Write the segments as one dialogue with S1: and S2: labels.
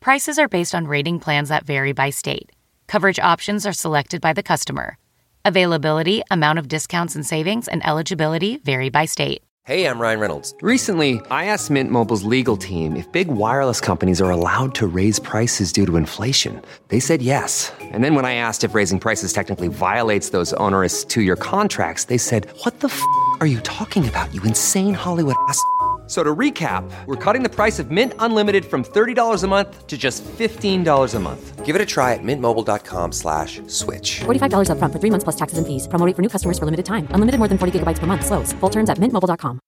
S1: Prices are based on rating plans that vary by state. Coverage options are selected by the customer. Availability, amount of discounts and savings, and eligibility vary by state.
S2: Hey, I'm Ryan Reynolds.
S3: Recently, I asked Mint Mobile's legal team if big wireless companies are allowed to raise prices due to inflation. They said yes. And then when I asked if raising prices technically violates those onerous two year contracts, they said, What the f are you talking about, you insane Hollywood ass? f- So to recap, we're cutting the price of Mint Unlimited from $30 a month to just $15 a month.
S2: Give it a try at mintmobile.com slash switch.
S4: $45 upfront for three months plus taxes and fees. Promo rate for new customers for limited time. Unlimited more than 40 gigabytes per month. Slows. Full terms at mintmobile.com.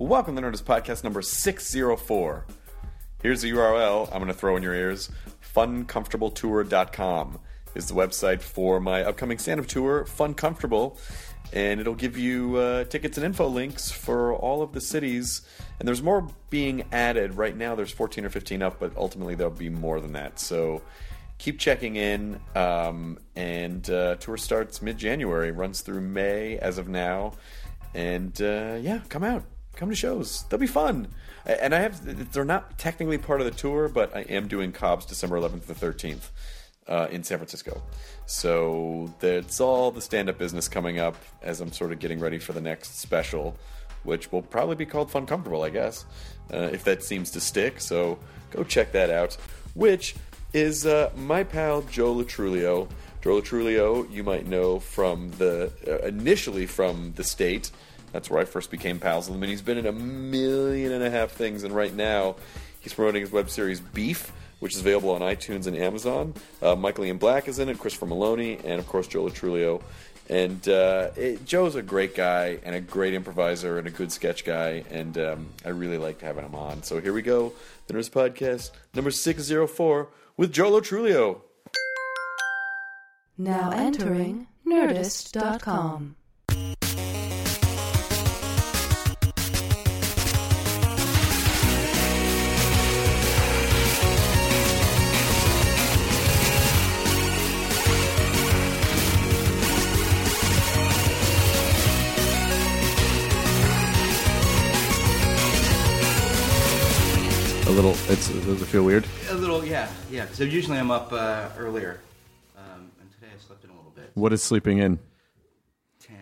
S5: Welcome to Nerdist Podcast number 604. Here's the URL I'm going to throw in your ears. FunComfortableTour.com is the website for my upcoming stand-up tour, Fun Comfortable, and it'll give you uh, tickets and info links for all of the cities. And there's more being added right now. There's 14 or 15 up, but ultimately there'll be more than that. So keep checking in. Um, and uh, tour starts mid-January, runs through May as of now. And uh, yeah, come out come to shows. They'll be fun. A- And I have they're not technically part of the tour, but I am doing Cobb's December 11th to 13th uh, in San Francisco. So that's all the stand up business coming up as I'm sort of getting ready for the next special, which will probably be called Fun Comfortable, I guess, uh, if that seems to stick. So go check that out. Which is uh, my pal Joe Latrulio. Joe Latrulio, you might know from the uh, initially from the state. That's where I first became pals with him, and he's been in a million and a half things. And right now, he's promoting his web series Beef, which is available on iTunes and Amazon. Uh, Michael Ian Black is in it, Christopher Maloney, and of course Joe Latrulio. And uh, it, Joe's a great guy and a great improviser and a good sketch guy, and um, I really liked having him on. So here we go, the Nurse Podcast number six zero four with Joe Latrulio.
S6: Now entering Nerdist.com.
S5: A little, it's does it feel weird?
S7: A little, yeah, yeah. So usually I'm up uh, earlier, um, and today I slept in a little bit.
S5: What is sleeping in?
S7: Ten.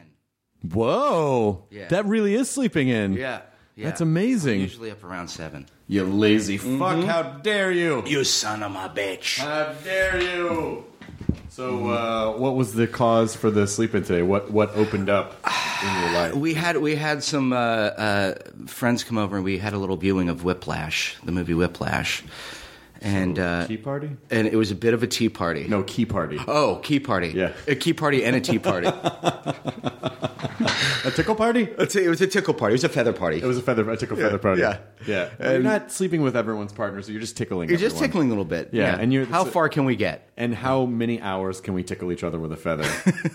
S5: Whoa,
S7: Yeah.
S5: that really is sleeping in.
S7: Yeah, yeah.
S5: That's amazing. Mm-hmm.
S7: I'm usually up around seven.
S5: You lazy fuck! How dare you?
S7: You son of a bitch.
S5: How dare you? So, uh, what was the cause for the sleep in today? What what opened up in your life?
S7: we had we had some uh, uh, friends come over, and we had a little viewing of Whiplash, the movie Whiplash, and uh,
S5: Tea party?
S7: and it was a bit of a tea party.
S5: No, key party.
S7: Oh, key party.
S5: Yeah.
S7: A key party and a tea party.
S5: A tickle party?
S7: It's a- it was a tickle party. It was a feather party.
S5: It was a feather, a tickle feather party.
S7: yeah.
S5: yeah. you're
S7: And-
S5: not sleeping with everyone's partner, so you're just tickling.
S7: You're just
S5: everyone.
S7: tickling a little bit.
S5: Yeah, and you're-
S7: how
S5: so-
S7: far can we get?
S5: And how many hours can we tickle each other with a feather?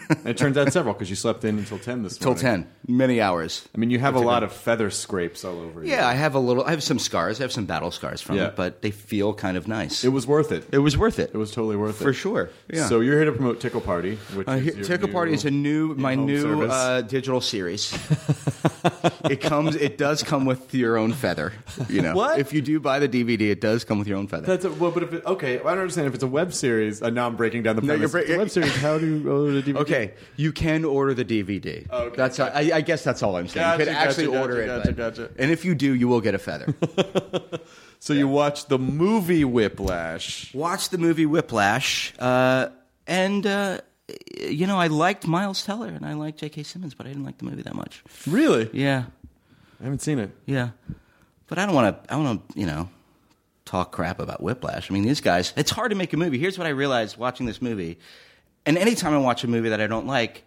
S5: And it turns out several because you slept in until ten this
S7: Till
S5: morning.
S7: ten. Many hours.
S5: I mean, you have a lot of feather scrapes all over you.
S7: Yeah, I have a little. I have some scars. I have some battle scars from
S5: Yeah.
S7: it, but they feel kind of nice.
S5: It was worth it.
S7: It was worth it.
S5: It was totally worth it
S7: for sure. Yeah.
S5: So you're here to promote Tickle Party, which
S7: Uh,
S5: is
S7: here-
S5: your
S7: Tickle Party is a new my
S5: in-home
S7: new
S5: service.
S7: uh, digital series. it comes. It does come with your own feather. You know,
S5: What?
S7: if you do buy the DVD, it does come with your own feather.
S5: That's a, well, but if it, okay, I don't understand if it's a web series. Uh, now I'm breaking down the
S7: No, you're
S5: premise.
S7: break-
S5: It's a web series. How do you order the DVD?
S7: okay, you can order the DVD.
S5: Okay.
S7: That's all- I, I guess that's all I'm saying. you
S5: Gotcha,
S7: can actually
S5: gotcha,
S7: order
S5: gotcha,
S7: it.
S5: gotcha, gotcha.
S7: And if you do, you will get a feather.
S5: So you watch the movie Whiplash.
S7: Watch the movie Whiplash, uh, and uh, you know I liked Miles Teller and I liked J.K. Simmons, but I didn't like the movie that much.
S5: Really?
S7: Yeah,
S5: I haven't seen it.
S7: yeah, but I don't want to. I want to, you know, talk crap about Whiplash. I mean, these guys. It's hard to make a movie. Here's what I realized watching this movie, and anytime I watch a movie that I don't like,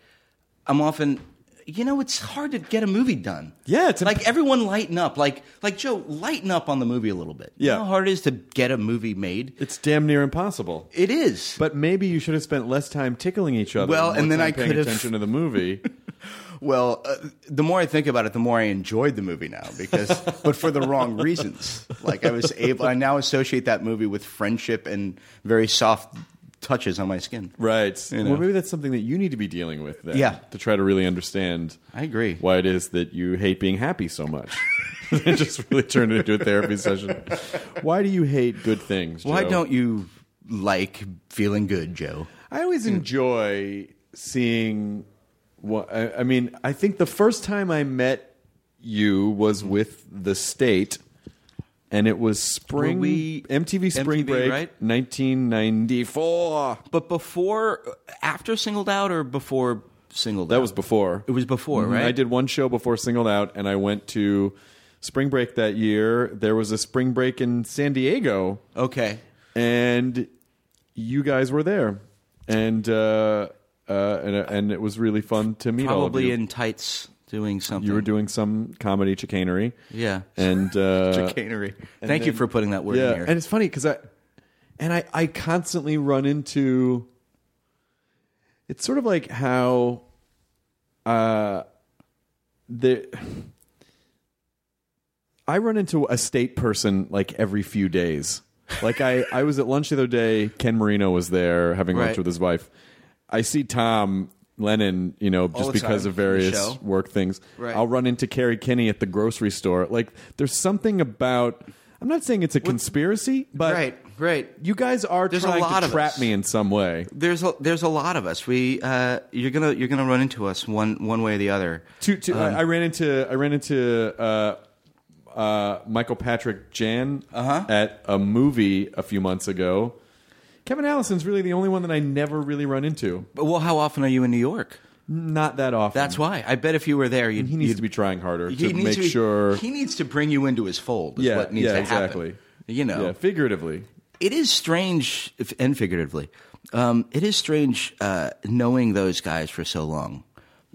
S7: I'm often you know, it's hard to get a movie done.
S5: Yeah, it's
S7: like
S5: imp-
S7: everyone lighten up. Like like Joe, lighten up on the movie a little bit. You
S5: Yeah.
S7: know how hard it is to get a movie made.
S5: It's damn near impossible.
S7: It is.
S5: But maybe you should have spent less time tickling each other.
S7: Well,
S5: more
S7: and then
S5: time
S7: I
S5: paying
S7: could have-
S5: attention to the movie.
S7: Well, uh, the more I think about it, the more I enjoyed the movie now because, but for the wrong reasons. Like I was able, I now associate that movie with friendship and very soft touches on my skin.
S5: right.
S7: You know.
S5: Well, maybe that's something that you need to be dealing with then.
S7: Yeah.
S5: To try to really understand.
S7: I agree.
S5: Why it is that you hate being happy so much. it just really turned it into a therapy session. Why do you hate good things?
S7: Why
S5: Joe?
S7: don't you like feeling good, Joe?
S5: I always
S7: Hmm.
S5: enjoy seeing. What I, I mean, I think the first time I met you was
S7: Hmm.
S5: with the state, and it was spring
S7: Were we-
S5: MTV Spring
S7: MTV,
S5: Break,
S7: right?
S5: 1994.
S7: But before, after singled out or before singled out?
S5: That was before.
S7: It was before,
S5: Mhm.
S7: right?
S5: I did one show before Singled Out, and I went to spring break that year. There was a spring break in San Diego,
S7: Okay.
S5: and you guys were there, and. uh uh, and, and it was really fun to meet all of
S7: Probably
S5: you.
S7: in tights doing something.
S5: You were doing some comedy chicanery.
S7: Yeah.
S5: And uh,
S7: chicanery.
S5: and
S7: Thank you
S5: then-
S7: for putting that word
S5: yeah.
S7: in here.
S5: And it's funny because I and I I constantly run into. It's sort of like how, uh, the. I run into a state person like every few days. Like I, I was at lunch the other day. Ken Marino was there having lunch
S7: Right.
S5: with his wife. I see Tom Lennon, you know, just
S7: the
S5: because
S7: time
S5: of
S7: from the
S5: various
S7: show.
S5: work things.
S7: Right.
S5: I'll run into Carrie Kinney at the grocery store. Like, there's something about. I'm not saying it's a conspiracy, but
S7: right, right.
S5: You guys are
S7: There's a
S5: trying
S7: lot
S5: to
S7: of
S5: trap
S7: us.
S5: me in some way.
S7: there's a there's a lot of us. We uh, you're gonna you're gonna run into us one one way or the other.
S5: To, to, I, I ran into I ran into uh, uh, Michael Patrick Jan at a movie a few months ago. Kevin Allison's really the only one that I never really run into.
S7: But well, how often are you in New York?
S5: Not that often.
S7: That's why. I bet if you were there, you'd,
S5: Mm. he needs
S7: you'd-
S5: to be trying harder
S7: he
S5: to
S7: needs
S5: make
S7: be-
S5: sure.
S7: he needs to bring you into his fold. Is
S5: yeah,
S7: what needs
S5: yeah,
S7: to happen.
S5: exactly.
S7: You know,
S5: yeah, figuratively.
S7: it is strange if, and figuratively. Um, it is strange uh, knowing those guys for so long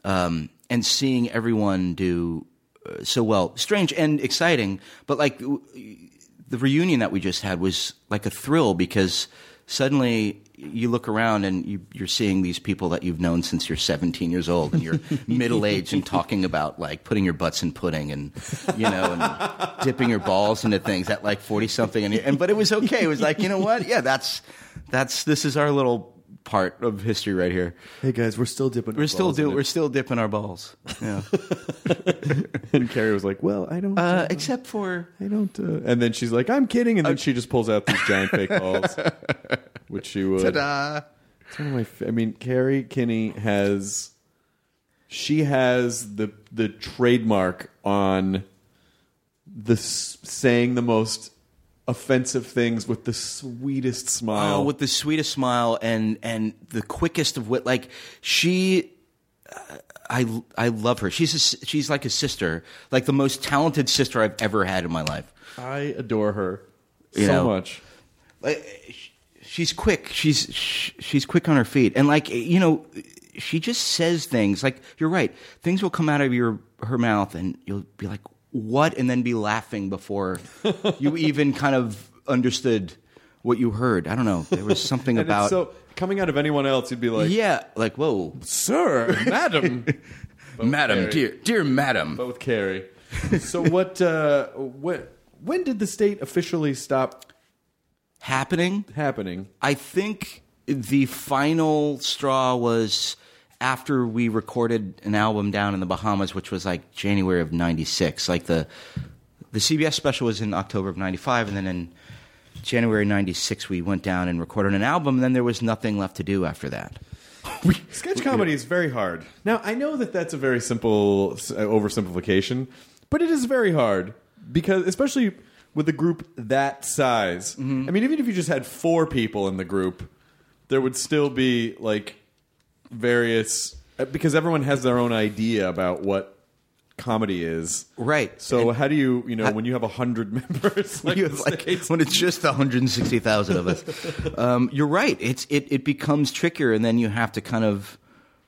S7: um, and seeing everyone do uh, so well. Strange and exciting, but like w- the reunion that we just had was like a thrill because suddenly you look around and you, you're seeing these people that you've known since you're 17 years old and you're middle aged and talking about like putting your butts in pudding and you know and dipping your balls into things at like 40 something and, and but it was okay it was like you know what yeah that's that's this is our little part of history right here
S5: Hey guys, we're still dipping.
S7: we're still do, we're still dipping our balls yeah
S5: And Carrie was like, "Well, I don't."
S7: uh, except for
S5: I don't. Uh, and then she's like, "I'm kidding," and then she just pulls out these giant fake balls, which she would.
S7: ta-da
S5: It's one of my. fa- I mean, Carrie Kinney has. She has the the trademark on the s- saying the most offensive things with the sweetest smile.
S7: Oh, with the sweetest smile and and the quickest of wit. Like she, uh, I I love her. She's a s she's like a sister, like the most talented sister I've ever had in my life.
S5: I adore her so
S7: You know.
S5: much.
S7: Like sh- she's quick. She's sh- she's quick on her feet, and like you know, she just says things. Like you're right. Things will come out of your her mouth, and you'll be like, "What?" and then be laughing before you even kind of understood. What you heard, I don't know. There was something
S5: And
S7: about
S5: it's so coming out of anyone else, you'd be like,
S7: yeah, like whoa,
S5: sir, madam."
S7: madam,
S5: Very-
S7: dear, dear madam.
S5: But with Carrie. so what? Uh, what? When did the state officially stop
S7: Happening.
S5: happening?
S7: I think the final straw was after we recorded an album down in the Bahamas, which was like January of '96. Like the the CBS special was in October of '95, and then in January '96 we went down and recorded an album. And then there was nothing left to do after that.
S5: Sketch comedy is very hard. Now I know that that's a very simple s- uh, oversimplification, but it is very hard because, especially with a group that size.
S7: Mm-hmm.
S5: I mean, even if you just had four people in the group, there would still be like various uh, because everyone has their own idea about what comedy is.
S7: Right.
S5: So how do you, you know, when you have a hundred members, like,
S7: You
S5: the
S7: have, like,
S5: States-
S7: when it's just 160,000 of us. um, you're right. It's it, it becomes trickier, and then you have to kind of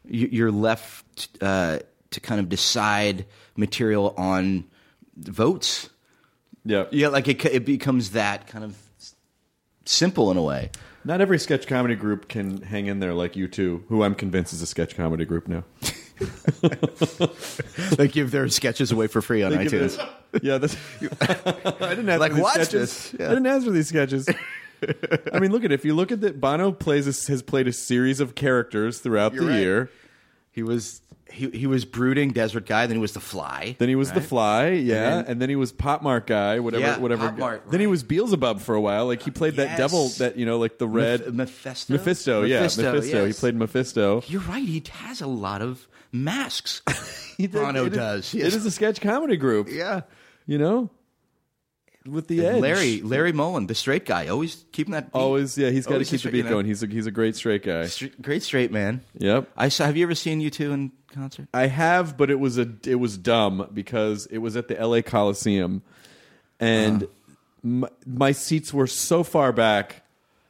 S7: you, you're left uh, to kind of decide material on votes.
S5: Yeah.
S7: Yeah, like it, it becomes that kind of s- simple in a way.
S5: Not every sketch comedy group can hang in there like you two, who I'm convinced is a sketch comedy group now.
S7: They give their sketches away for free on
S5: Think of this- Yeah, that's. I didn't ask
S7: Like,
S5: for these
S7: watch
S5: sketches.
S7: this. Yeah.
S5: I didn't ask for these sketches. I mean, look at it. If you look at that, Bono plays a, has played a series of characters throughout
S7: You're
S5: the
S7: right.
S5: year.
S7: He was he, he was brooding desert guy. Then he was the fly.
S5: Then he was the Fly, yeah, and
S7: And
S5: then, he was Potmark guy, whatever,
S7: Yeah,
S5: whatever.
S7: Pop Mart,
S5: Then he was Beelzebub for a while. Like he played that
S7: Yes.
S5: devil, that you know, like the red
S7: Meph- Mephisto?
S5: Mephisto, yeah, Mephisto.
S7: Mephisto,
S5: He
S7: yes.
S5: played Mephisto.
S7: You're right. He has a lot of masks.
S5: He did-
S7: Bono
S5: it is-
S7: does.
S5: It is a sketch comedy group,
S7: yeah.
S5: you know, with the edge.
S7: Larry Larry Mullen, the straight guy, always keeping that. Beat.
S5: always, yeah, he's got to
S7: Always
S5: keep the
S7: straight, you
S5: beat
S7: know?
S5: going. He's a he's a great straight guy.
S7: Stra- great straight man.
S5: Yep.
S7: I saw. Have you ever seen you two in concert?
S5: I have, but it was a it was dumb because it was at the L.A. Coliseum, and my, my seats were so far back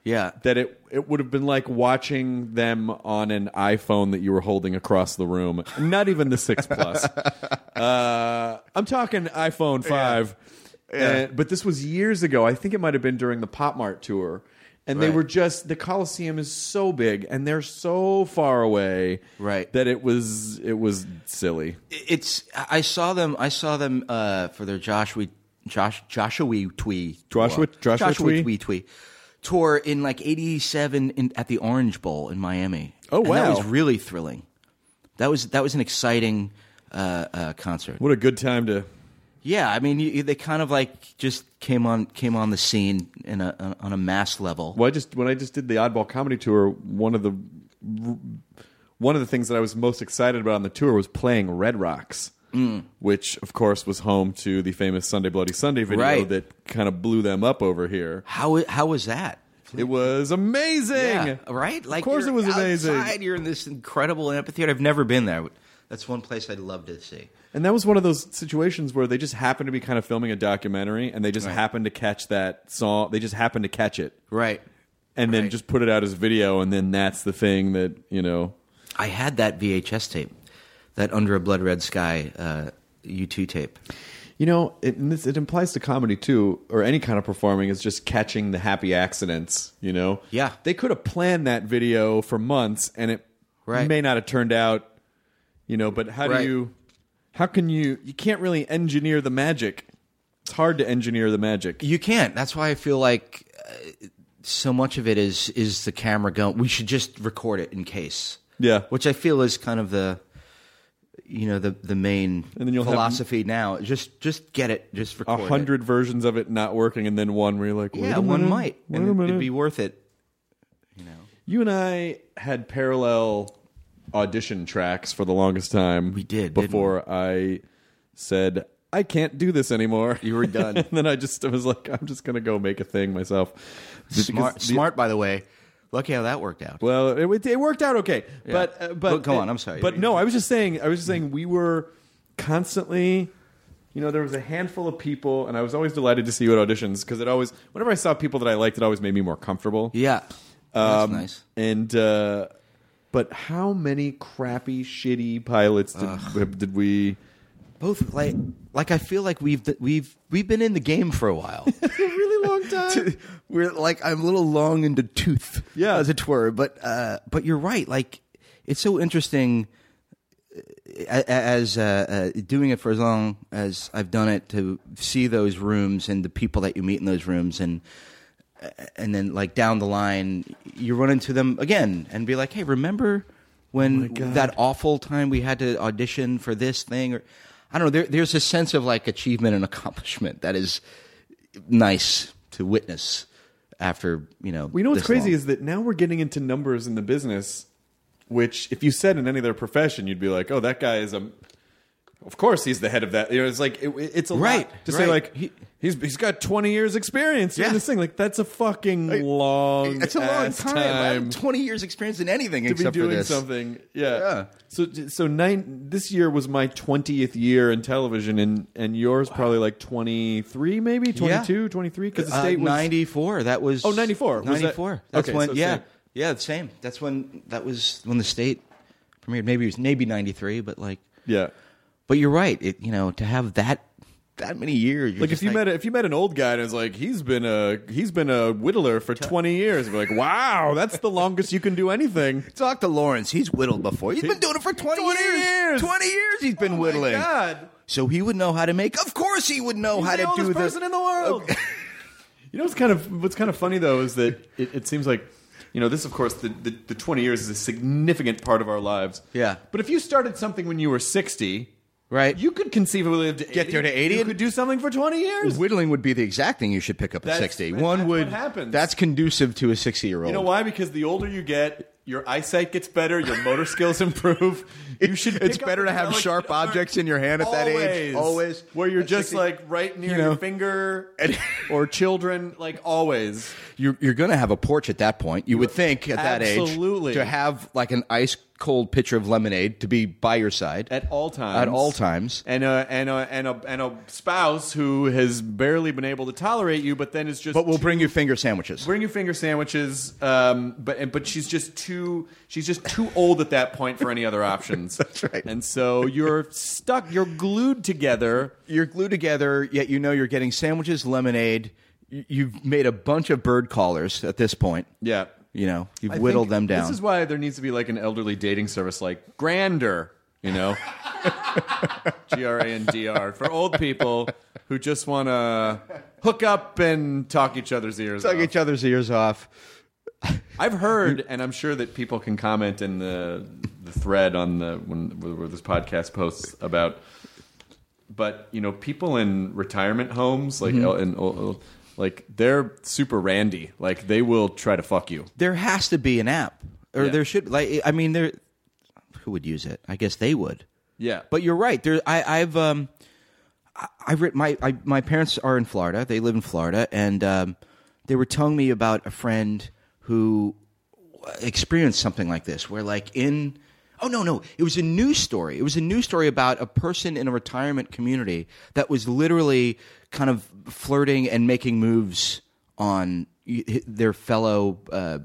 S7: Yeah.
S5: that it it would have been like watching them on an iPhone that you were holding across the room. Not even the six plus. uh, I'm talking iPhone five. And- but this was years ago. I think it might have been during the Pop Mart tour. And they
S7: Right.
S5: were just the Coliseum is so big and they're so far away,
S7: Right.
S5: That it was it was silly.
S7: It's. I saw them. I saw them uh, for their Joshua Josh Joshua Twee
S5: Joshua-
S7: tour.
S5: Joshua Twee?
S7: Twee Twee tour in like '87 in, at the Orange Bowl in Miami.
S5: Oh,
S7: And that
S5: wow.
S7: was really thrilling. That was that was an exciting uh, uh, concert.
S5: What a good time to
S7: Yeah, I mean, you, you- they kind of like just came on came on the scene in a on a mass level.
S5: Well, I just when I just did the Oddball Comedy Tour, one of the one of the things that I was most excited about on the tour was playing Red Rocks,
S7: Mm.
S5: which of course was home to the famous Sunday Bloody Sunday video
S7: Right.
S5: that kind of blew them up over here.
S7: How how was that?
S5: It was amazing,
S7: Yeah, right?
S5: of course, it
S7: you're
S5: was amazing.
S7: outside, You're in this incredible amphitheater. I've never been there. That's one place I'd love to see.
S5: And that was one of those situations where they just happened to be kind of filming a documentary, and they just
S7: Right.
S5: happened to catch that song. They just happened to catch it,
S7: Right.
S5: and then
S7: Right.
S5: just put it out as video, and then that's the thing that you know.
S7: I had that VHS tape, that Under a Blood Red Sky uh, U2 tape.
S5: You know, it, and this, it implies to comedy too, or any kind of performing, is just catching the happy accidents. You know,
S7: Yeah.
S5: they could have planned that video for months, and it
S7: Right.
S5: may not have turned out. You know, but how
S7: Right.
S5: do you? How can you? You can't really engineer the magic. It's hard to engineer the magic.
S7: You can't. That's why I feel like uh, so much of it is is the camera going. We should just record it in case.
S5: Yeah.
S7: Which I feel is kind of the, you know, the the main
S5: And then you'll have-
S7: philosophy now. Just just get it. Just
S5: A
S7: record it.
S5: hundred versions of it not working, and then one where you're like, Wait
S7: Yeah,
S5: a
S7: one
S5: minute,
S7: might,
S5: wait
S7: and
S5: a
S7: it'd
S5: minute.
S7: be worth it.
S5: You and I had parallel audition tracks for the longest time.
S7: We did, didn't
S5: Before I said, I can't do this anymore.
S7: You were done.
S5: and then I just I was like, I'm just going to go make a thing myself. Because
S7: Smart,
S5: the-
S7: smart. By the way, lucky how that worked out.
S5: Well, it, it worked out okay. But, uh, but
S7: But go on, I'm sorry.
S5: But no, I was just saying, I was just saying we were constantly. You know, there was a handful of people, and I was always delighted to see you at auditions because it always, whenever I saw people that I liked, it always made me more comfortable.
S7: yeah,
S5: Um,
S7: that's nice.
S5: And uh, but how many crappy, shitty pilots did, did we?
S7: Both like like I feel like we've we've we've been in the game for a while.
S5: A really long time.
S7: We're like I'm a little long in the tooth,
S5: Yeah.
S7: as it were. But uh, but you're right. Like it's so interesting uh, as uh, uh, doing it for as long as I've done it to see those rooms and the people that you meet in those rooms and and then like down the line you run into them again and be like hey remember
S5: Oh
S7: when that awful time we had to audition for this thing or i don't know there, there's a sense of like achievement and accomplishment that is nice to witness after you know
S5: we know what's
S7: this
S5: crazy
S7: long.
S5: is that now we're getting into numbers in the business, which if you said in any other profession, you'd be like, "Oh, that guy is a." Of course, he's the head of that. You know, it's like it, it's a
S7: Right,
S5: lot to say
S7: right.
S5: like
S7: He-
S5: he's he's got twenty years experience doing
S7: Yeah.
S5: this thing. Like that's a fucking long.
S7: it's a long
S5: ass
S7: time, I have 20 years experience in anything
S5: to be
S7: except
S5: doing
S7: for this
S5: something. Yeah.
S7: Yeah.
S5: So so nine. This year was my twentieth year in television, and and yours probably like twenty three, maybe 22, 23? Because the
S7: Uh,
S5: state was
S7: 94 that was
S5: Oh, 94. Was that-
S7: 94 that's
S5: okay,
S7: when
S5: so
S7: yeah
S5: same.
S7: yeah the same that's when that was when the state premiered maybe it was maybe 93 but like
S5: Yeah.
S7: But you're right. It, you know, to have that that many years, you're
S5: Like if
S7: just
S5: you met a, if you met an old guy and it's like he's been a he's been a whittler for twenty years, you'd be like, wow, that's the longest you can do anything.
S7: talk to Lawrence. He's whittled before. He's been doing it for 20,
S5: 20 years. Oh
S7: Twenty years he's been whittling.
S5: God,
S7: So he would know how to make. Of course, he would know how
S5: the
S7: to do
S5: oldest
S7: the
S5: person in the world. you know what's kind of what's kind of funny though is that it, it seems like you know this of course the, the, the 20 years is a significant part of our lives
S7: Yeah.
S5: but if you started something when you were 60
S7: right.
S5: you could conceivably live to
S7: Get there to 80?
S5: you could do something for 20 years
S7: Whittling would be the exact thing you should pick up at
S5: That's-
S7: sixty.
S5: that's
S7: One
S5: what
S7: would
S5: happens.
S7: that's conducive to a sixty-year-old.
S5: you know why because the older you get your eyesight gets better your motor skills improve you should
S7: It's
S5: pick up
S7: better to
S5: a
S7: have
S5: delicate
S7: sharp
S5: art
S7: objects in your hand at that age, always.
S5: where you're
S7: At
S5: just
S7: 60.
S5: like right near
S7: You know.
S5: your finger or children like always
S7: You're, you're going to have a porch at that point. You would think at that
S5: Absolutely.
S7: age to have like an ice cold pitcher of lemonade to be by your side
S5: at all times.
S7: At all times.
S5: And a and a and a and a spouse who has barely been able to tolerate you, but then is just
S7: But we'll
S5: too-
S7: bring you finger sandwiches.
S5: bring you finger sandwiches. Um, but and, but she's just too she's just too old at that point for any other options. That's
S7: right.
S5: And so you're stuck. You're glued together.
S7: You're glued together, yet you know you're getting sandwiches, lemonade. You- You've made a bunch of bird callers at this point.
S5: Yeah.
S7: You know, you've
S5: I
S7: whittled
S5: think
S7: them down.
S5: This is why there needs to be like an elderly dating service, like Grander. You know. G R A N D R for old people who just want to hook up and talk each other's ears.
S7: Tug
S5: off.
S7: each other's ears off.
S5: I've heard, and I'm sure that people can comment in the the thread on the when where this podcast posts about. But you know, people in retirement homes,
S7: Mm-hmm.
S5: like el- in el- like they're super randy. Like they will try to fuck you.
S7: There has to be an app, or there should. Like, I mean, there. Who would use it? I guess they would.
S5: Yeah,
S7: But you're right. There, I, I've um, I, I've written my I, my parents are in Florida. They live in Florida, and um, they were telling me about a friend who experienced something like this, where like in oh no no, it was a news story. It was a news story about a person in a retirement community that was literally kind of flirting and making moves on y- their fellow. Uh,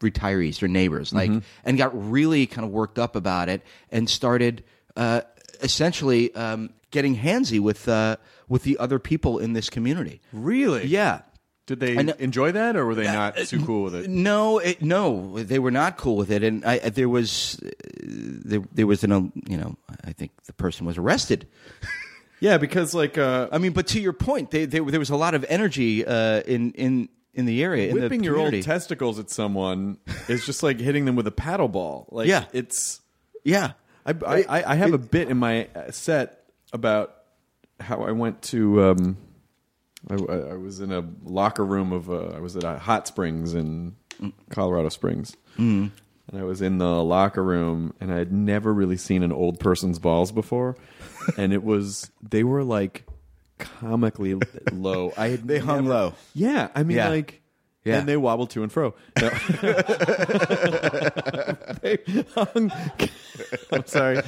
S7: retirees their neighbors like and got really kind of worked up about it and started uh, essentially um, getting handsy with uh, with the other people in this community.
S5: really.
S7: Yeah.
S5: Did they
S7: I know- uh,
S5: enjoy that, or were they not too cool with it?
S7: No, it, no, they were not cool with it, and I, I- there was uh, there, there was an um, you know I think the person was arrested.
S5: Yeah, because like uh,
S7: I mean, but to your point, they, they, there was a lot of energy uh, in in in the area. in the
S5: whipping your old
S7: community.
S5: testicles at someone is just like hitting them with a paddle ball. Like
S7: Yeah.
S5: it's
S7: yeah.
S5: I, I, I- I have a bit in my uh, set about how I went to. Um, I, I- I was in a locker room of. uh, I was at a hot springs in Colorado Springs. Mm. And I was in the locker room, and I had never really seen an old person's balls before, and it was they were like comically low. I had
S7: They hung
S5: never-
S7: low.
S5: Yeah, I mean
S7: Yeah.
S5: like,
S7: Yeah.
S5: and they wobbled to and fro. No. they hung. I'm sorry.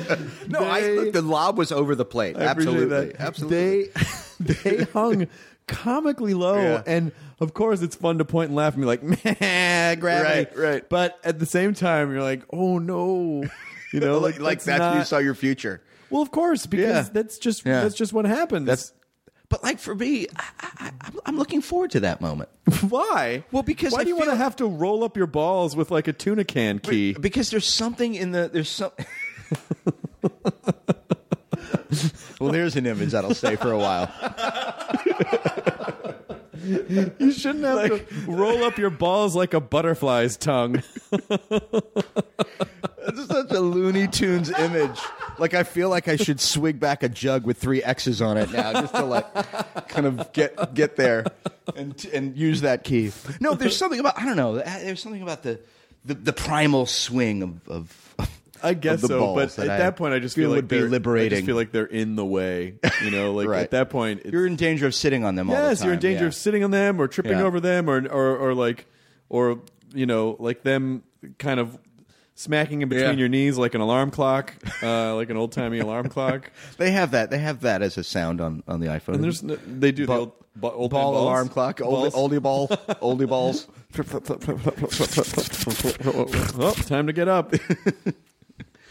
S7: No, I, look, the lob was over the plate.
S5: I appreciate
S7: Absolutely,
S5: that.
S7: absolutely.
S5: They they hung comically low,
S7: Yeah.
S5: and of course it's fun to point and laugh and be like, "Meh, gravity."
S7: Right, right.
S5: But at the same time, you're like, "Oh no," you know, like not-
S7: your future.
S5: Well, of course, because
S7: Yeah.
S5: that's just
S7: Yeah.
S5: that's just what happens.
S7: That's- But like for me, I, I, I'm- I'm looking forward to that moment.
S5: why.
S7: Well, because
S5: why
S7: I
S5: do you want to
S7: feel-
S5: have to roll up your balls with like a tuna can key?
S7: because there's something in the there's some. well, there's an image that'll stay for a while.
S5: you shouldn't have to roll up your balls like a butterfly's tongue.
S7: This is such a Looney Tunes image. Like I feel like I should swig back a jug with three X's on it now, just to like kind of get get there and and use that key. No, there's something about I don't know. uh, There's something about the the, the primal swing of. of
S5: I guess
S7: of the
S5: so,
S7: balls
S5: but at
S7: I
S5: that point, I just feel, like
S7: would be
S5: they're- I
S7: liberating.
S5: just feel like they're in the way, you know. Like
S7: Right.
S5: at that point, it's,
S7: you're in danger of sitting on them. all the
S5: yes, you're in
S7: time,
S5: danger
S7: yeah.
S5: of sitting on them or tripping
S7: Yeah.
S5: over them, or, or or like or you know like them kind of smacking in between
S7: Yeah.
S5: your knees like an alarm clock, uh, like an old timey alarm clock.
S7: They have that. They have that as a sound on on the iPhone.
S5: And there's no, they do the
S7: Ball-
S5: old, bu- old
S7: ball
S5: balls.
S7: alarm clock, oldie,
S5: Balls.
S7: oldie ball, oldie balls.
S5: oh, time to get up.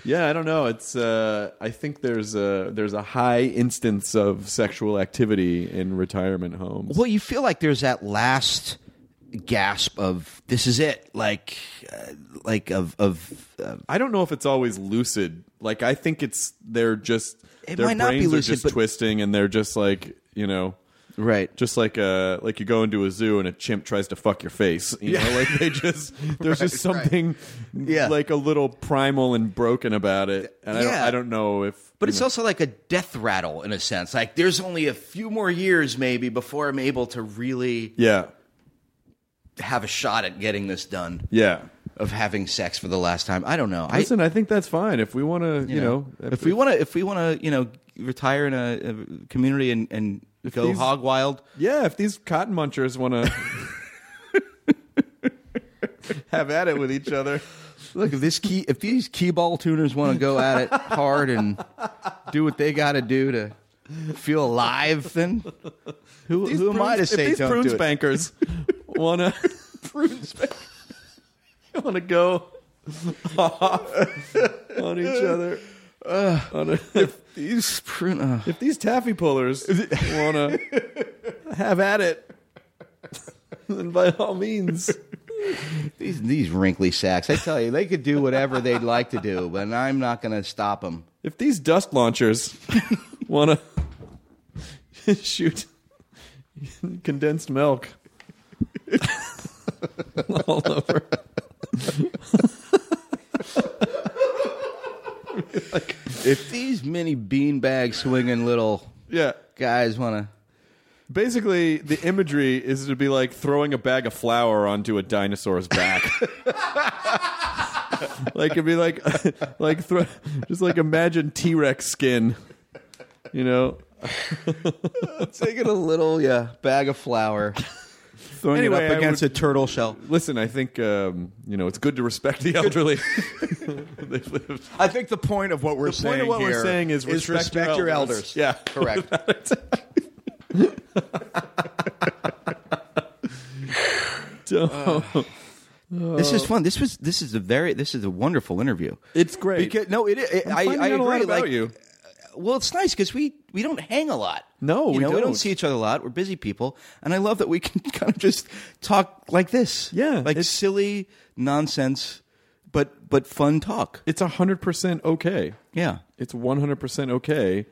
S5: Yeah, I don't know. It's uh, I think there's a there's a high instance of sexual activity in retirement homes.
S7: Well, you feel like there's that last gasp of this is it, like, uh, like of of uh,
S5: I don't know if it's always lucid. Like I think it's they're just
S7: It
S5: their
S7: might not be
S5: brains
S7: lucid,
S5: are just
S7: but-
S5: twisting and they're just like you know.
S7: right.
S5: Just like uh like you go into a zoo and a chimp tries to fuck your face, you know, like they just there's just something
S7: Yeah.
S5: like a little primal and broken about it, and I don't
S7: Yeah.
S5: I don't know if
S7: But it's also like a death rattle in a sense. Like there's only a few more years maybe before I'm able to really
S5: yeah
S7: have a shot at getting this done.
S5: yeah.
S7: Of having sex for the last time. I don't know. I,
S5: Listen, I think that's fine if we want to, you, know,
S7: if we want to, if we want to, you know, retire in a, a community and and go
S5: these-
S7: hog wild,
S5: Yeah, if these cotton munchers want to have at it with each other.
S7: Look, if this key, if these key ball tuners want to go at it hard and do what they got to do to feel alive, then who,
S5: These
S7: who am I to
S5: prunes-
S7: say
S5: if these
S7: don't
S5: prunes
S7: do it?
S5: bankers want to prunes want to go off on each other? on a- if,
S7: These prune, uh,
S5: if these taffy pullers want to have at it, then by all means,
S7: these these wrinkly sacks. I tell you, they could do whatever they'd like to do, but I'm not going to stop them.
S5: if these dust launchers want to shoot condensed milk all over
S7: If these mini beanbag swinging little
S5: yeah
S7: guys want to.
S5: basically the imagery is to be like throwing a bag of flour onto a dinosaur's back like it'd be like like throw, just like imagine t-rex skin you know
S7: Taking a little yeah bag of flour, throwing
S5: Anyway,
S7: it
S5: I
S7: up against
S5: would-
S7: a turtle shell.
S5: listen i think um, you know it's good to respect the elderly they've lived
S7: I think the point of what we're
S5: The point of what we're saying is respect,
S7: your elders.
S5: Yeah,
S7: Correct.
S5: So-
S7: This is fun. This was this is a very this is a wonderful interview.
S5: Oh. it's great.
S7: Because no, it, it I,
S5: I'm finding
S7: I
S5: out
S7: agree.
S5: a lot about
S7: like,
S5: you.
S7: well, it's nice because we we don't hang a lot.
S5: No, we
S7: you know, we
S5: don't.
S7: don't see each other a lot. We're busy people, and I love that we can kind of just talk like this.
S5: Yeah,
S7: like
S5: it's-
S7: silly nonsense, but but fun talk.
S5: It's hundred percent okay.
S7: Yeah,
S5: It's one hundred percent okay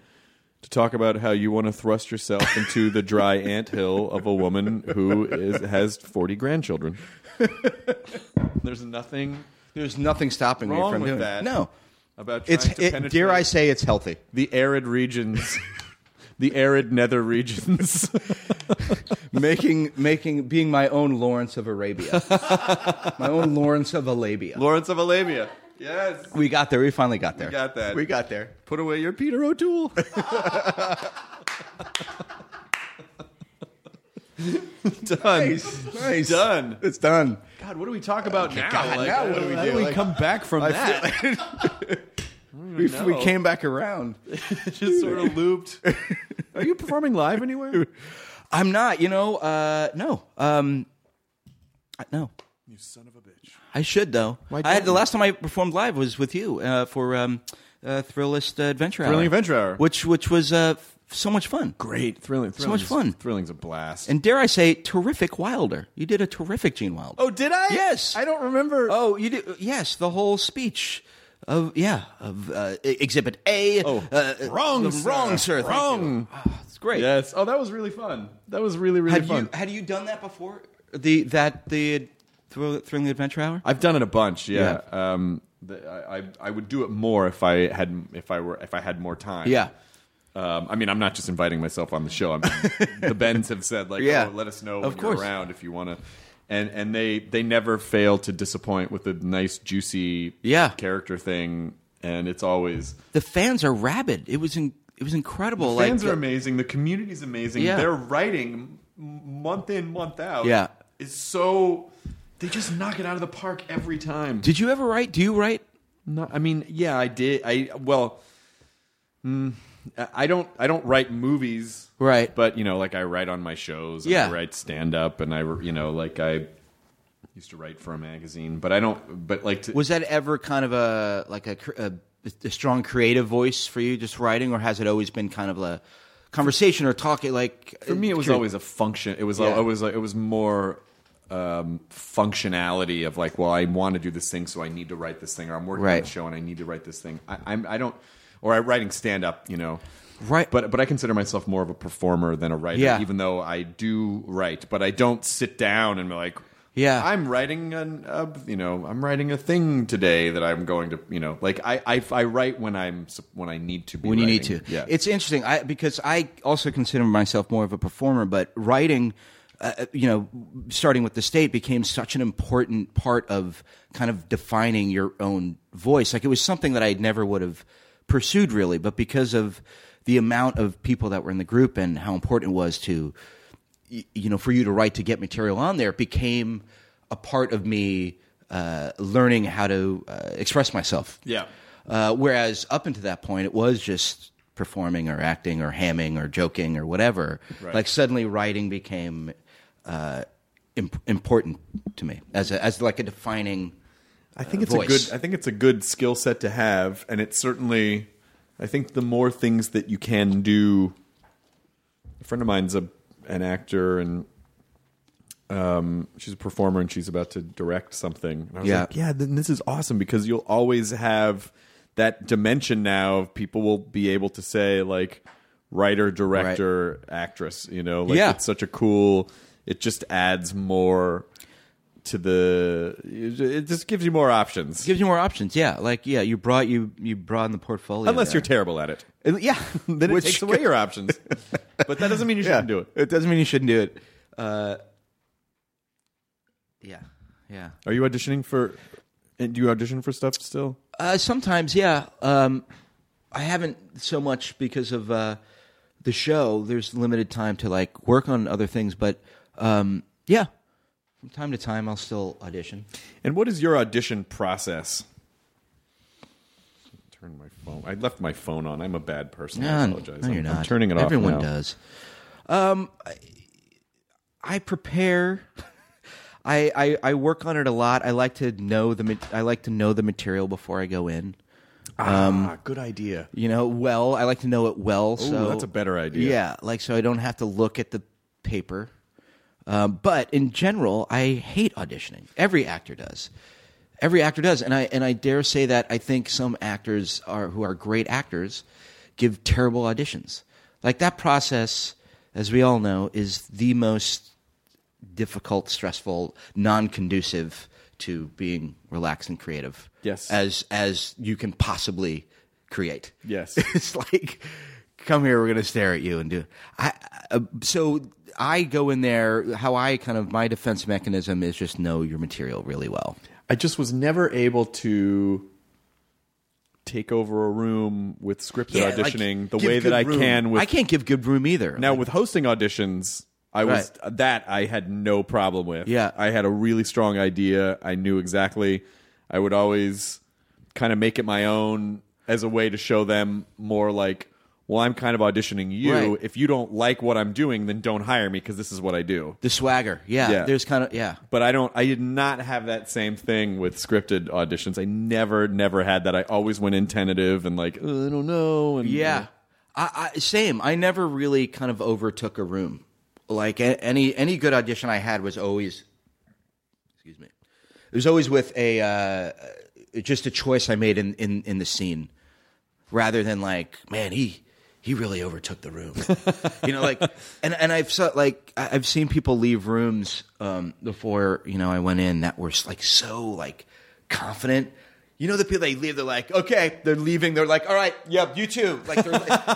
S5: to talk about how you want to thrust yourself into the dry anthill of a woman who is has forty grandchildren. There's nothing
S7: there's nothing stopping me
S5: Wrong
S7: from
S5: with
S7: doing
S5: that.
S7: It. No,
S5: about trying
S7: it's
S5: to
S7: it,
S5: penetrate
S7: dare I say it's healthy.
S5: the arid regions, the arid nether regions.
S7: making making being my own Lawrence of Arabia, my own Lawrence of Arabia.
S5: Lawrence of Arabia. Yes.
S7: We got there. We finally got there. We
S5: got that.
S7: We got there.
S5: Put away your Peter O'Toole. Done.
S7: Nice.
S5: Done.
S7: It's done.
S5: God, what do we talk about now?
S7: God, now what do we
S5: how
S7: do?
S5: do we
S7: Like,
S5: come back from that?
S7: We, we came back around.
S5: Just sort of looped. Are you performing live anywhere?
S7: I'm not. You know. Uh, no. Um, I- no.
S5: You son of a bitch.
S7: I should though. I had the last time I performed live was with you uh, for um, uh, Thrillist uh, Adventure Hour.
S5: Thrilling Adventure Hour.
S7: which which was uh, f- so much fun.
S5: Great. Thrilling.
S7: So much fun.
S5: Thrilling's a blast.
S7: And dare I say, terrific Wilder. You did a terrific Gene Wilder.
S5: oh, did I?
S7: Yes.
S5: I don't remember.
S7: Oh, you do. Yes, the whole speech of yeah of uh, e- Exhibit A.
S5: Oh,
S7: uh,
S5: wrong,
S7: uh,
S5: sir.
S7: wrong, sir. Thank you.
S5: Wrong.
S7: Ah, it's great.
S5: Yes. Oh, that was really fun. That was really, really
S7: Had
S5: fun.
S7: you had you done that before? The that the Thrill- thrilling adventure hour.
S5: I've done it a bunch, yeah. Um, the, I, I I would do it more if I had if I were if I had more time.
S7: yeah.
S5: Um, I mean, I'm not just inviting myself on the show. I'm, the Bens have said like,
S7: Yeah.
S5: oh, let us know
S7: Of
S5: when
S7: course.
S5: you're around if you want to. And and they they never fail to disappoint with a nice juicy
S7: Yeah.
S5: character thing, and it's always
S7: The fans are rabid. It was in, it was incredible. like
S5: fans
S7: the-
S5: are amazing. The community's amazing.
S7: Yeah.
S5: Their writing m- month in month out.
S7: Yeah.
S5: is so they just knock it out of the park every time.
S7: Did you ever write? Do you write?
S5: No, I mean, yeah, I did. I well, mm, I I don't. I don't write movies,
S7: Right.
S5: But you know, like I write on my shows.
S7: Yeah.
S5: and I write stand up, and I, you know, like I used to write for a magazine, but I don't. But like, to,
S7: Was that ever kind of a like a, cr- a a strong creative voice for you just writing, or has it always been kind of a conversation or talking? Like
S8: For me, it was
S7: Cur-
S8: always a function. It was
S7: Yeah.
S8: al- it was like it was more um, functionality of like, well, I want to do this thing, so I need to write this thing, or I'm working on
S7: Right.
S8: the show and I need to write this thing. I, I'm I don't, or I'm writing stand up, you know.
S7: Right.
S8: But but I consider myself more of a performer than a writer,
S7: Yeah.
S8: even though I do write, but I don't sit down and be like.
S7: Yeah.
S8: I'm writing an, uh, you know, I'm writing a thing today that I'm going to, you know, like I, I, I write when I'm, s- when I need to be.
S7: when you need to.
S8: writing. yeah.
S7: It's interesting I, because I also consider myself more of a performer, but writing, uh, you know, starting with the state became such an important part of kind of defining your own voice. Like it was something that I never would have pursued really, but because of the amount of people that were in the group and how important it was to, y- you know, for you to write to get material on there, it became a part of me uh, learning how to uh, express myself.
S8: Yeah.
S7: Uh, whereas up until that point, it was just performing or acting or hamming or joking or whatever. Like suddenly, writing became uh, imp- important to me as a, as like a defining.
S5: I think
S7: uh,
S5: it's
S7: voice.
S5: a good. I think it's a good skill set to have, and it's certainly. I think the more things that you can do. A friend of mine's a an actor, and um, she's a performer, and she's about to direct something. And I was
S7: Yeah.
S5: like, yeah, then this is awesome because you'll always have that dimension now of people will be able to say like writer, director, actress. You know, like
S7: Yeah.
S5: it's such a cool. It just adds more to the it just gives you more options
S7: Gives you more options, yeah. Like, yeah, you brought you you broaden the portfolio.
S5: unless
S7: there.
S5: you're terrible at it
S7: yeah,
S5: then it takes away your options but that doesn't mean you shouldn't do it
S7: It doesn't mean you shouldn't do it. Uh, yeah, yeah.
S5: are you auditioning for and do you audition for stuff still
S7: Uh, sometimes, yeah. Um, I haven't so much because of uh, the show. There's limited time to like work on other things, but um, yeah, from time to time, I'll still audition.
S5: and what is your audition process turn my phone i left my phone on i'm a bad person i
S7: No,
S5: apologize
S7: no,
S5: I'm,
S7: you're
S5: I'm
S7: not.
S5: turning it off
S7: Everyone
S5: now.
S7: does. Um, I, I prepare. I, I I work on it a lot. I like to know the ma- I like to know the material before I go in.
S5: ah, good idea
S7: you know well i like to know it well so
S5: that's a better idea.
S7: yeah like so i don't have to look at the paper um, but in general i hate auditioning every actor does every actor does and i and i dare say that i think some actors are who are great actors give terrible auditions like that process as we all know is the most difficult stressful non-conducive to being relaxed and creative
S5: Yes.
S7: as as you can possibly create
S5: Yes.
S7: it's like, come here, we're gonna stare at you and do. I uh, so I go in there. How I kind of my defense mechanism is just know your material really well.
S5: I just was never able to take over a room with scripted
S7: like,
S5: auditioning the
S7: give
S5: way that
S7: good
S5: I
S7: room.
S5: can with
S7: I can't give good room either.
S5: now with hosting auditions. I was that I had no problem with.
S7: Yeah.
S5: I had a really strong idea. I knew exactly. I would always kind of make it my own as a way to show them more like, well, I'm kind of auditioning you.
S7: Right.
S5: If you don't like what I'm doing, then don't hire me because this is what I do.
S7: the swagger, yeah,
S5: Yeah.
S7: There's kind of yeah.
S5: but I don't. I did not have that same thing with scripted auditions. I never, never had that. I always went in tentative and like, "Uh, I don't know. And
S7: Yeah, I, I, same. I never really kind of overtook a room. Like a, any any good audition I had was always, excuse me, it was always with a uh, just a choice I made in, in in the scene, rather than like, man, he he really overtook the room. you know, like and and I've saw, like I- I've seen people leave rooms um, before you know I went in that were like so like confident. You know the people they leave, they're like, okay, they're leaving. They're like, all right, yep, you too. Like they're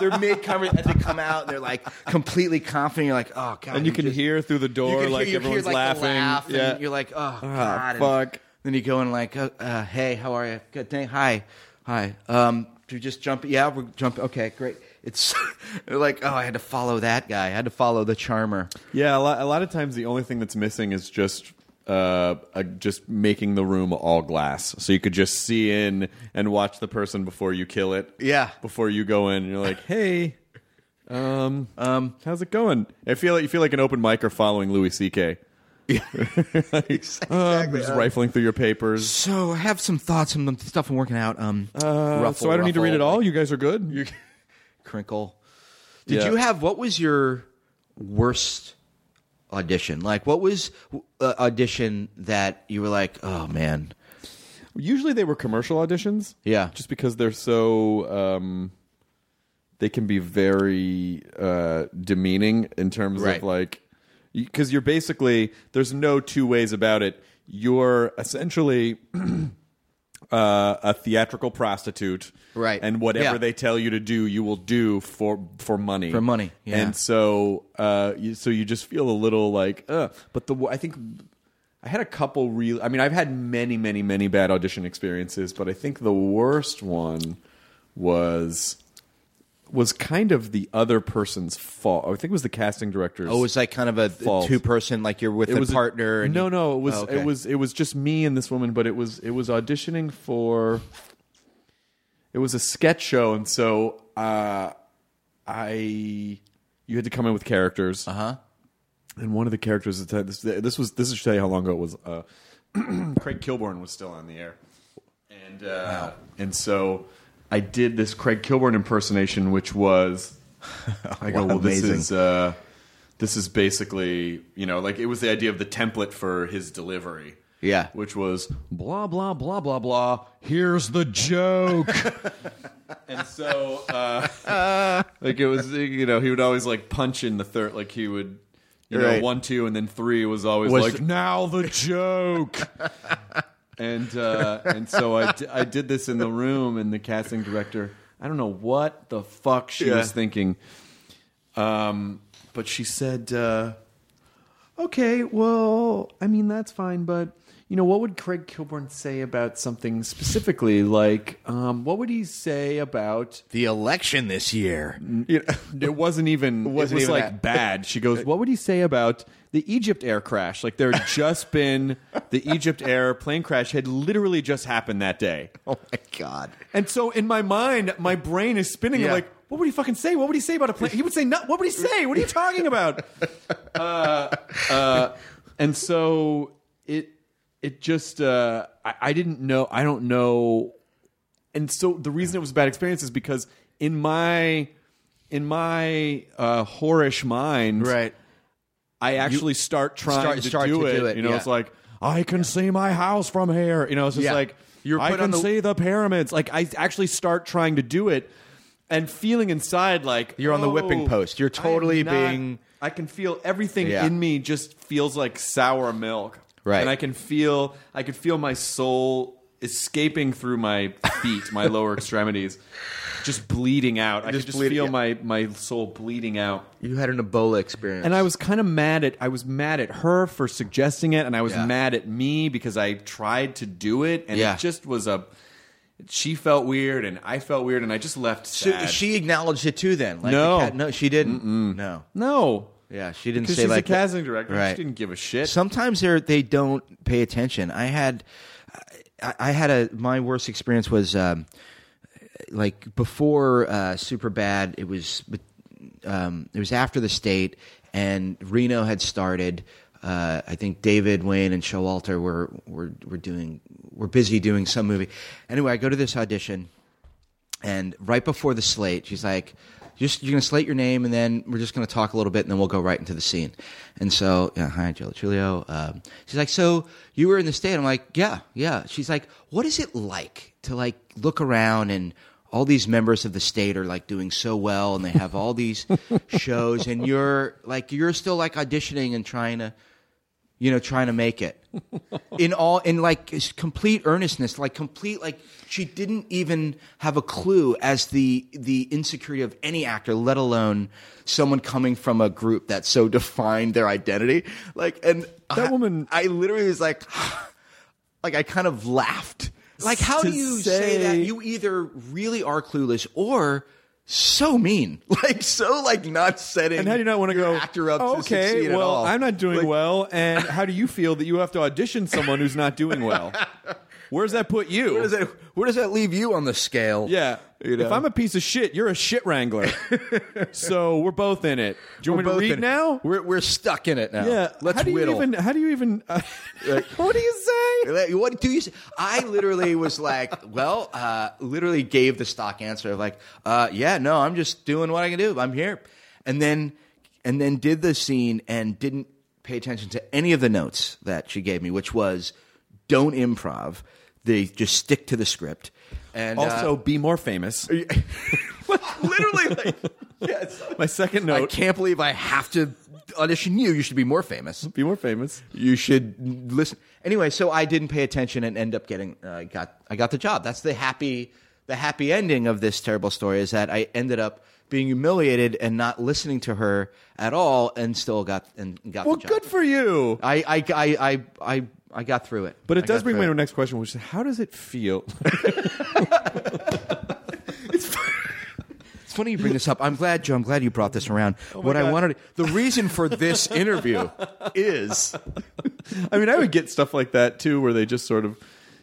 S7: they're mid conversation as they come out, and they're like completely confident. You're like, oh god,
S5: and you
S7: he
S5: can
S7: just-
S5: hear through the
S7: you
S5: door
S7: can
S5: like
S7: hear, you
S5: everyone's
S7: hear, like,
S5: laughing.
S7: The laugh and
S5: yeah,
S7: you're like, oh, God. and
S5: Ah, fuck.
S7: then you go in like, oh, uh, hey, how are you? Good day. Hi. Hi. Um, do you just jump? Yeah, we're jumping. Okay, great. It's they're like, oh, I had to follow that guy. I had to follow the charmer.
S5: yeah. A lot, a lot of times, the only thing that's missing is just. Uh, uh, just making the room all glass, so you could just see in and watch the person before you kill it.
S7: Yeah.
S5: before you go in, and you're like, "Hey, um, um, how's it going?" I feel like you feel like an open mic or following Louis C.K. Uh, just rifling through your papers.
S7: So I have some thoughts on the stuff I'm working out. Um,
S5: Uh,
S7: ruffle,
S5: so I don't need to read it
S7: ruffle,
S5: all.
S7: like,
S5: You guys are good.
S7: crinkle. Did
S5: Yeah.
S7: you have what was your worst audition? Like what was uh, audition that you were like, oh man,
S5: Usually they were commercial auditions.
S7: Yeah.
S5: Just because they're so um they can be very uh demeaning in terms
S7: Right.
S5: of like because you're basically there's no two ways about it. You're essentially uh, a theatrical prostitute,
S7: Right.
S5: And whatever
S7: Yeah.
S5: they tell you to do, you will do for for money.
S7: For money, yeah.
S5: And so, uh, you, so you just feel a little like, uh. But the I think I had a couple real. I mean, I've had many, many, many bad audition experiences, but I think the worst one was was kind of the other person's fault. I think it was the casting director's.
S7: oh, it was like kind of a
S5: False.
S7: two person, like you're with
S5: it
S7: a
S5: was
S7: partner. and
S5: no,
S7: you-
S5: no, it was
S7: Oh, okay.
S5: it was it was just me and this woman, but it was it was auditioning for it was a sketch show, and so uh, I you had to come in with characters, uh
S7: Uh-huh.
S5: huh, and one of the characters at the time this this was this is tell you how long ago it was. Uh, Craig Kilborn was still on the air, and uh, and so I did this Craig Kilborn impersonation, which was I go,
S7: Wow,
S5: well, this
S7: amazing.
S5: is uh, this is basically you know like it was the idea of the template for his delivery.
S7: Yeah.
S5: which was blah blah blah blah blah. Here's the joke, and so uh, like it was you know he would always like punch in the third like he would you
S7: Right.
S5: know one two and then three was always
S7: Was-
S5: like now the joke and uh, and so I, di- I did this in the room, and the casting director, I don't know what the fuck she
S7: Yeah.
S5: was thinking, um, but she said, uh, "Okay, well, I mean that's fine, but you know what would Craig Kilborn say about something specifically? Like, um, what would he say about?"
S7: the election this year.
S5: You know, it wasn't even. It,
S7: wasn't
S5: was
S7: even
S5: like
S7: that.
S5: bad. She goes, "What would he say about the Egypt air crash? Like there had just been the Egypt air plane crash had literally just happened that day."
S7: Oh my god.
S5: And so in my mind, my brain is spinning. I'm
S7: Yeah.
S5: like, what would he fucking say? What would he say about a plane? He would say, no, what would he say? What are you talking about? uh, uh, and so it, it just, uh, I, I didn't know. I don't know. And so the reason it was a bad experience is because in my, in my uh, whorish mind,
S7: Right.
S5: I actually start trying
S7: Start-
S5: to,
S7: start
S5: do,
S7: to
S5: it,
S7: do it,
S5: You know,
S7: yeah.
S5: it's like I can see my house from here. You know, it's just
S7: Yeah.
S5: like
S7: You're
S5: I
S7: put on
S5: can
S7: the-
S5: see the pyramids. Like I actually start trying to do it and feeling inside like
S7: You're on the whipping
S5: "Oh,
S7: post. You're
S5: I am
S7: totally
S5: not-
S7: being-
S5: I can feel everything
S7: Yeah.
S5: in me just feels like sour milk.
S7: Right.
S5: And I can feel I can feel my soul escaping through my feet, my lower extremities, just bleeding out. I
S7: Just
S5: can just
S7: bleeding-
S5: feel
S7: yeah.
S5: my my soul bleeding out.
S7: You had an Ebola experience.
S5: And I was kind of mad at I was mad at her for suggesting it, and I was
S7: Yeah.
S5: mad at me because I tried to do it, and
S7: Yeah.
S5: it just was a. She felt weird, and I felt weird, and I just left.
S7: So
S5: Sad.
S7: she acknowledged it too. Then, like
S5: No.
S7: the cat, no, she didn't. No,
S5: no,
S7: yeah, she didn't
S5: because
S7: say
S5: she's
S7: like
S5: a casting director.
S7: Right.
S5: She didn't give a shit.
S7: Sometimes they they don't pay attention. I had I, I had a my worst experience was um, like before uh, super bad. It was um, it was after the state and Reno had started. Uh, I think David Wayne and Showalter were were were doing were busy doing some movie. Anyway, I go to this audition and right before the slate, she's like, "Just you're gonna slate your name, and then we're just gonna talk a little bit, and then we'll go right into the scene." And so, yeah, hi, Jill Chulio. Um, she's like, "So you were in the state?" I'm like, "Yeah, yeah." She's like, "What is it like to like look around and?" All these members of the state are like doing so well, and they have all these shows, and you're like you're still like auditioning and trying to you know, trying to make it in all in like s- complete earnestness, like complete like she didn't even have a clue as the the insecurity of any actor, let alone someone coming from a group that so defined their identity. Like, and
S5: That
S7: I-
S5: woman-
S7: I literally was like, like I kind of laughed. Like, how
S5: To
S7: do you say, that?
S5: say-
S7: You either really are clueless or. So mean, like so, like not setting.
S5: and how do you not want to
S7: your
S5: go "Oh,
S7: actor up? to
S5: Okay,
S7: succeed at
S5: well,
S7: all."
S5: I'm not doing
S7: Like,
S5: well, and how do you feel that you have to audition someone who's not doing well? Where does that put you?
S7: Where does that where does that leave you on the scale?
S5: Yeah.
S7: You know?
S5: If I'm a piece of shit, you're a shit wrangler. so we're both in it. Do you want me to
S7: both
S5: read
S7: in-
S5: now?
S7: We're, we're stuck in it now.
S5: yeah.
S7: let's
S5: how do
S7: whittle.
S5: You even, how do you even? Uh, what do you say?
S7: Like, What do you? Say? I literally was like, well, uh, literally gave the stock answer of like, uh, yeah, no, I'm just doing what I can do. I'm here, and then and then did the scene and didn't pay attention to any of the notes that she gave me, which was don't improv. They just stick to the script. And uh,
S5: Also, be more famous.
S7: literally, like, yes,
S5: My second
S7: I
S5: note:
S7: can't believe I have to audition you. You should be more famous.
S5: be more famous.
S7: You should listen. Anyway, so I didn't pay attention and end up getting uh, got I got the job. That's the happy the happy ending of this terrible story is that I ended up being humiliated and not listening to her at all, and still got and got.
S5: Well,
S7: the job.
S5: good for you.
S7: I I I I I, I got through it.
S5: But
S7: I
S5: it does
S7: got
S5: bring me
S7: through
S5: to
S7: it.
S5: the next question, which is how does it feel?
S7: It's funny you bring this up. I'm glad, Joe. I'm glad you brought this around.
S5: Oh
S7: what I wanted, the reason for this interview is
S5: I mean, I would get stuff like that too, where they just sort of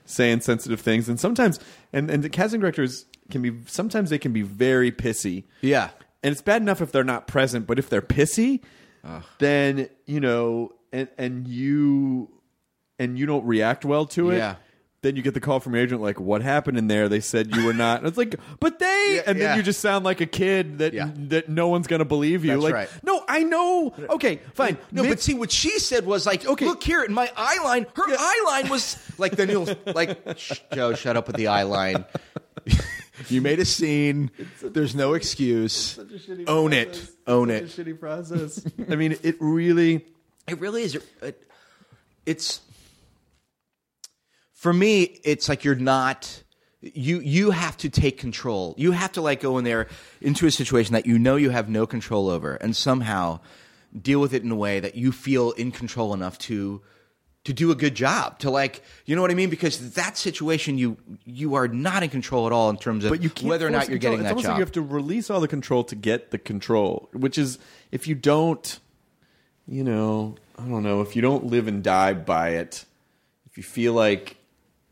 S5: say insensitive things, and sometimes, and and the casting directors can be sometimes they can be very pissy.
S7: Yeah.
S5: and it's bad enough if they're not present, but if they're pissy, then you know, and and you and you don't react well to it.
S7: Yeah.
S5: Then you get the call from your agent, like, "What happened in there?" They said you were not. And it's like, but they,
S7: Yeah,
S5: and then
S7: yeah.
S5: you just sound like a kid that
S7: Yeah.
S5: that no one's going to believe you.
S7: That's
S5: like,
S7: right.
S5: no, I know. Okay, fine.
S7: No,
S5: Mid-
S7: but see what she said was like, okay, look here, and my eye line, her eye line was like the new, like "Shh, Joe, shut up with the eye line. you made a scene. There's no excuse. Own it. Own it.
S5: shitty process. I mean, it really.
S7: It really is. It, it's for me. It's like you're not. You you have to take control. You have to like go in there into a situation that you know you have no control over, and somehow deal with it in a way that you feel in control enough to to do a good job. To like, you know what I mean? Because that situation, you you are not in control at all in terms of
S5: But you can't
S7: whether or
S5: force
S7: not you're
S5: control.
S7: getting
S5: it's
S7: that
S5: almost
S7: job.
S5: Like you have to release all the control to get the control, which is if you don't, you know, I don't know, if you don't live and die by it, if you feel like,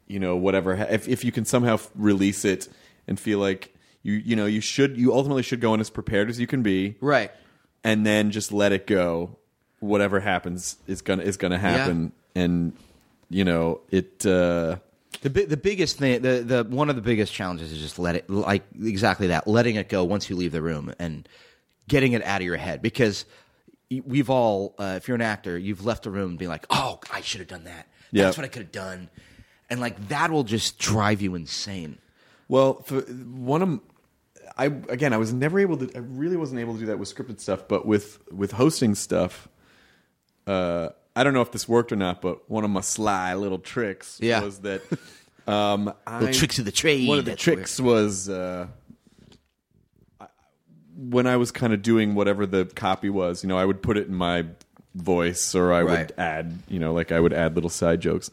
S5: you know, whatever, ha- if if you can somehow f- release it and feel like you you know you should you ultimately should go in as prepared as you can be,
S7: right.
S5: and then just let it go. Whatever happens is gonna is gonna happen, and you know it. uh
S7: The bi- the biggest thing, the the one of the biggest challenges is just let it like exactly that, letting it go once you leave the room and getting it out of your head because y- we've all, uh, if you're an actor, you've left the room and being like, oh, I should have done that.
S5: Yeah.
S7: That's what I could have done, and like that will just drive you insane.
S5: Well, for one of I again, I was never able to. I really wasn't able to do that with scripted stuff, but with with hosting stuff, uh, I don't know if this worked or not. But one of my sly little tricks
S7: Yeah.
S5: was that um, I,
S7: tricks of the trade,
S5: One of the
S7: that's
S5: tricks was uh, I- when I was kind of doing whatever the copy was. You know, I would put it in my voice, or I
S7: Right.
S5: would add, you know, like I would add little side jokes,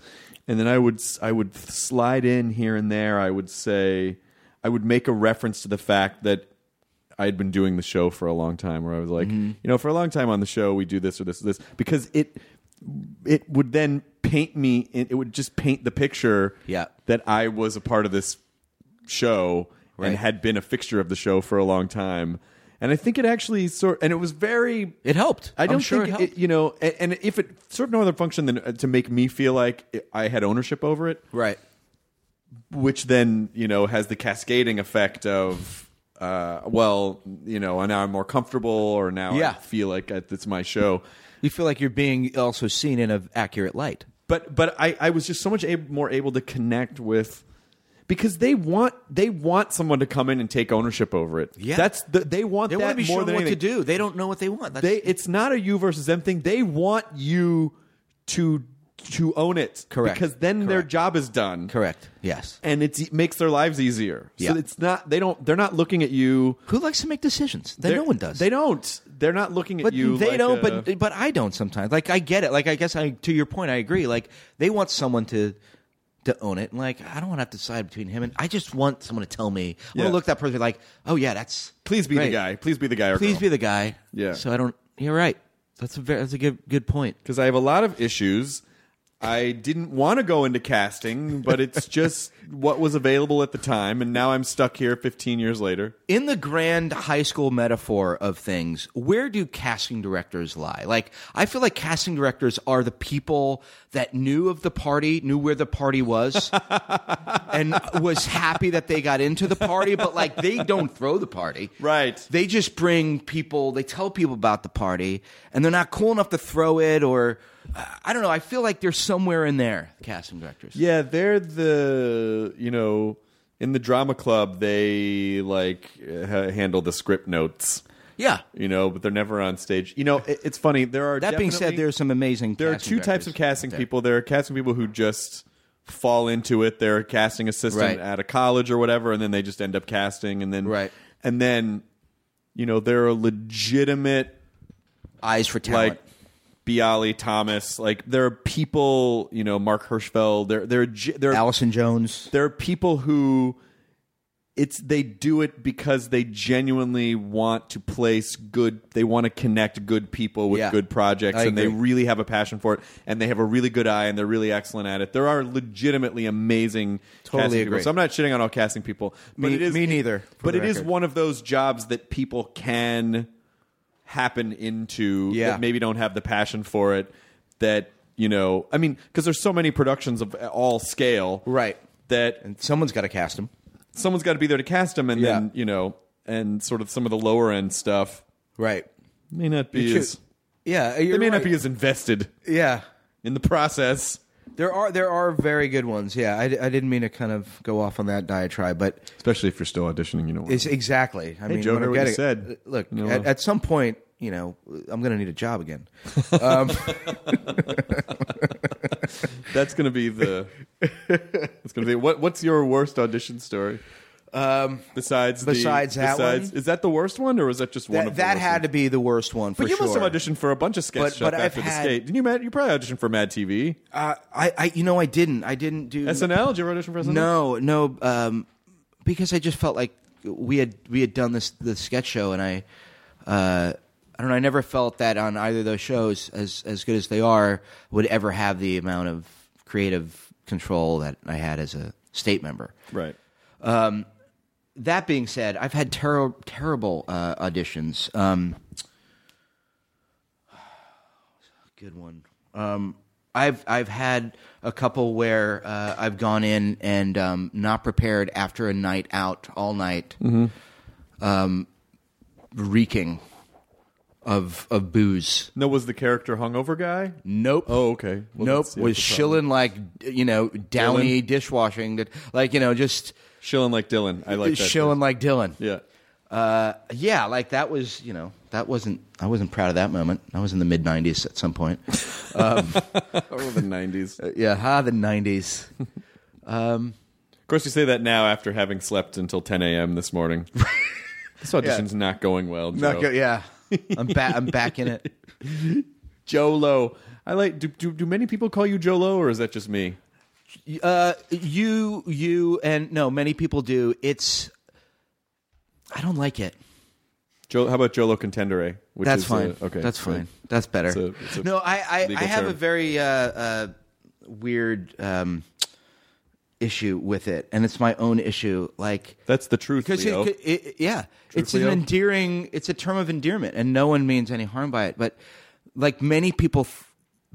S5: and then I would I would slide in here and there. I would say I would make a reference to the fact that I had been doing the show for a long time, where I was like,
S7: Mm-hmm.
S5: you know, for a long time on the show we do this or this or this because it it would then paint me it it would just paint the picture
S7: Yeah.
S5: that I was a part of this show
S7: Right.
S5: and had been a fixture of the show for a long time. And I think it actually sort and it was very
S7: It helped.
S5: I
S7: I'm
S5: don't
S7: sure it
S5: think
S7: helped.
S5: you know and, and if it served no other function than uh, to make me feel like it- I had ownership over it,
S7: Right.
S5: which then you know has the cascading effect of uh, well you know now I'm more comfortable or now
S7: Yeah.
S5: I feel like I- it's my show.
S7: You feel like you're being also seen in an accurate light.
S5: but but I, I was just so much ab- more able to connect with because they want they want someone to come in and take ownership over it.
S7: Yeah.
S5: that's the, they want
S7: They
S5: that
S7: want to be
S5: more
S7: shown
S5: than
S7: what to
S5: anything.
S7: do. They don't know what they want. That's,
S5: They it's not a you versus them thing. They want you to to own it.
S7: Correct.
S5: Because then their
S7: Correct.
S5: job is done.
S7: correct. Yes.
S5: And it's, it makes their lives easier.
S7: Yeah.
S5: So it's not they don't they're not looking at you.
S7: Who likes to make decisions? Then
S5: They're-
S7: no one does.
S5: They don't. They're not looking at
S7: but
S5: you.
S7: they
S5: like
S7: don't
S5: a-
S7: but but i don't sometimes like i get it like i guess i to your point i agree like they want someone to to own it and like i don't want to have to decide between him and i just want someone to tell me i want
S5: Yeah.
S7: to look that person like oh yeah that's
S5: please be the
S7: great.
S5: guy. Please be the guy. Or
S7: please
S5: girl.
S7: be the guy
S5: Yeah.
S7: so i don't you're right that's a very that's a good good point
S5: because I have a lot of issues. I didn't want to go into casting, but it's just what was available at the time, and now I'm stuck here 15 years later.
S7: in the grand high school metaphor of things, where do casting directors lie? Like, I feel like casting directors are the people that knew of the party, knew where the party was, and was happy that they got into the party, but like they don't throw the party.
S5: Right.
S7: They just bring people, they tell people about the party, and they're not cool enough to throw it or. I don't know. I feel like they're somewhere in there, casting directors.
S5: Yeah, they're the you know in the drama club they like ha- handle the script notes,
S7: Yeah.
S5: you know, but they're never on stage. You know, it, it's funny. There are
S7: That being said,
S5: definitely-
S7: there's some amazing.
S5: there are
S7: casting
S5: two types
S7: directors
S5: of casting
S7: out there.
S5: people. There are casting people who just fall into it. They're a casting assistant
S7: Right.
S5: at a college or whatever, and then they just end up casting, and then
S7: Right.
S5: and then you know there are legitimate
S7: Eyes for talent.
S5: like Bialy Thomas. Like there are people, you know, Mark Hirschfeld. There there are ge- there are
S7: Allison Jones.
S5: there are people who it's they do it because they genuinely want to place good they want to connect good people with
S7: Yeah.
S5: good projects
S7: I
S5: and they
S7: agree.
S5: really have a passion for it and they have a really good eye and they're really excellent at it there are legitimately amazing
S7: Totally
S5: casting
S7: agree.
S5: people so i'm not shitting on all casting people but
S7: Me-
S5: it is
S7: me neither, for
S5: but
S7: the
S5: it is
S7: record.
S5: one of those jobs that people can happen into
S7: Yeah.
S5: that maybe don't have the passion for it that you know i mean because there's so many productions of all scale
S7: Right.
S5: that
S7: And someone's got to cast him.
S5: someone's got to be there to cast them, and
S7: Yeah.
S5: then you know, and sort of some of the lower end stuff
S7: Right.
S5: may not be
S7: You
S5: as
S7: should- Yeah. uh,
S5: they may not be as invested
S7: Yeah.
S5: in the process.
S7: There are there are very good ones. Yeah. I, I didn't mean to kind of go off on that diatribe, but
S5: Especially if you're still auditioning, you know.
S7: it's exactly. I mean,
S5: Joe,
S7: what
S5: heard
S7: I'm
S5: what you
S7: getting-
S5: said.
S7: Look,
S5: You know.
S7: at, at some point, you know, I'm going to need a job again.
S5: That's gonna be the. It's gonna be what? What's your worst audition story? Um, besides the-
S7: besides that
S5: besides,
S7: one?
S5: is that the worst one, or was that just one?
S7: That,
S5: of the
S7: that
S5: worst
S7: had
S5: ones?
S7: to be the worst one for
S5: But you
S7: sure.
S5: must have auditioned for a bunch of sketch
S7: But-
S5: stuff
S7: but I've
S5: after the
S7: had-
S5: skate. Didn't you? Matt, you probably auditioned for Mad TV,
S7: Uh, I, I you know I didn't. I didn't do
S5: SNL. Did you ever audition for SNL?
S7: No, no, um, because I just felt like we had we had done this the sketch show, and I, uh, I don't know, I never felt that on either of those shows, as as good as they are, would ever have the amount of creative control that I had as a state member.
S5: Right.
S7: That being said, I've had ter- terrible uh, auditions. Um, good one. Um, I've I've had a couple where uh, I've gone in and um, not prepared after a night out all night, um, reeking of of booze.
S5: No, was the character hungover guy?
S7: Nope.
S5: Oh, okay. Well,
S7: nope.
S5: that's- yeah,
S7: Was
S5: that's a problem.
S7: shilling like you know downy dishwashing that like you know just
S5: Shilling like Dylan. I like that.
S7: shilling like Dylan.
S5: Yeah.
S7: yeah, like that was, you know, that wasn't. I wasn't proud of that moment. I was in the mid '90s at some point. Uh,
S5: Or the 90s. Of
S7: yeah, ha, the '90s.
S5: course, you say that now after having slept until 10 a.m. this morning. this audition's not going well, Joe.
S7: Not good, yeah, I'm back. I'm back in it.
S5: Jolo. I like. Do, do, do many people call you Jolo, or is that just me?
S7: Uh, you, you, and no, many people do. It's. I don't like it.
S5: Jo, how about Jolo Contendere? Which
S7: That's
S5: is, uh,
S7: fine. okay, that's
S5: good.
S7: fine. That's better.
S5: It's a- it's a
S7: no, I, I,
S5: legal
S7: I have a
S5: term.
S7: very uh, uh, weird um, issue with it, and it's my own issue. Like.
S5: That's the truth,
S7: because
S5: Leo.
S7: it, it, it- yeah, it's an
S5: Leo?
S7: endearing. It's a term of endearment, and no one means any harm by it. But like many people f-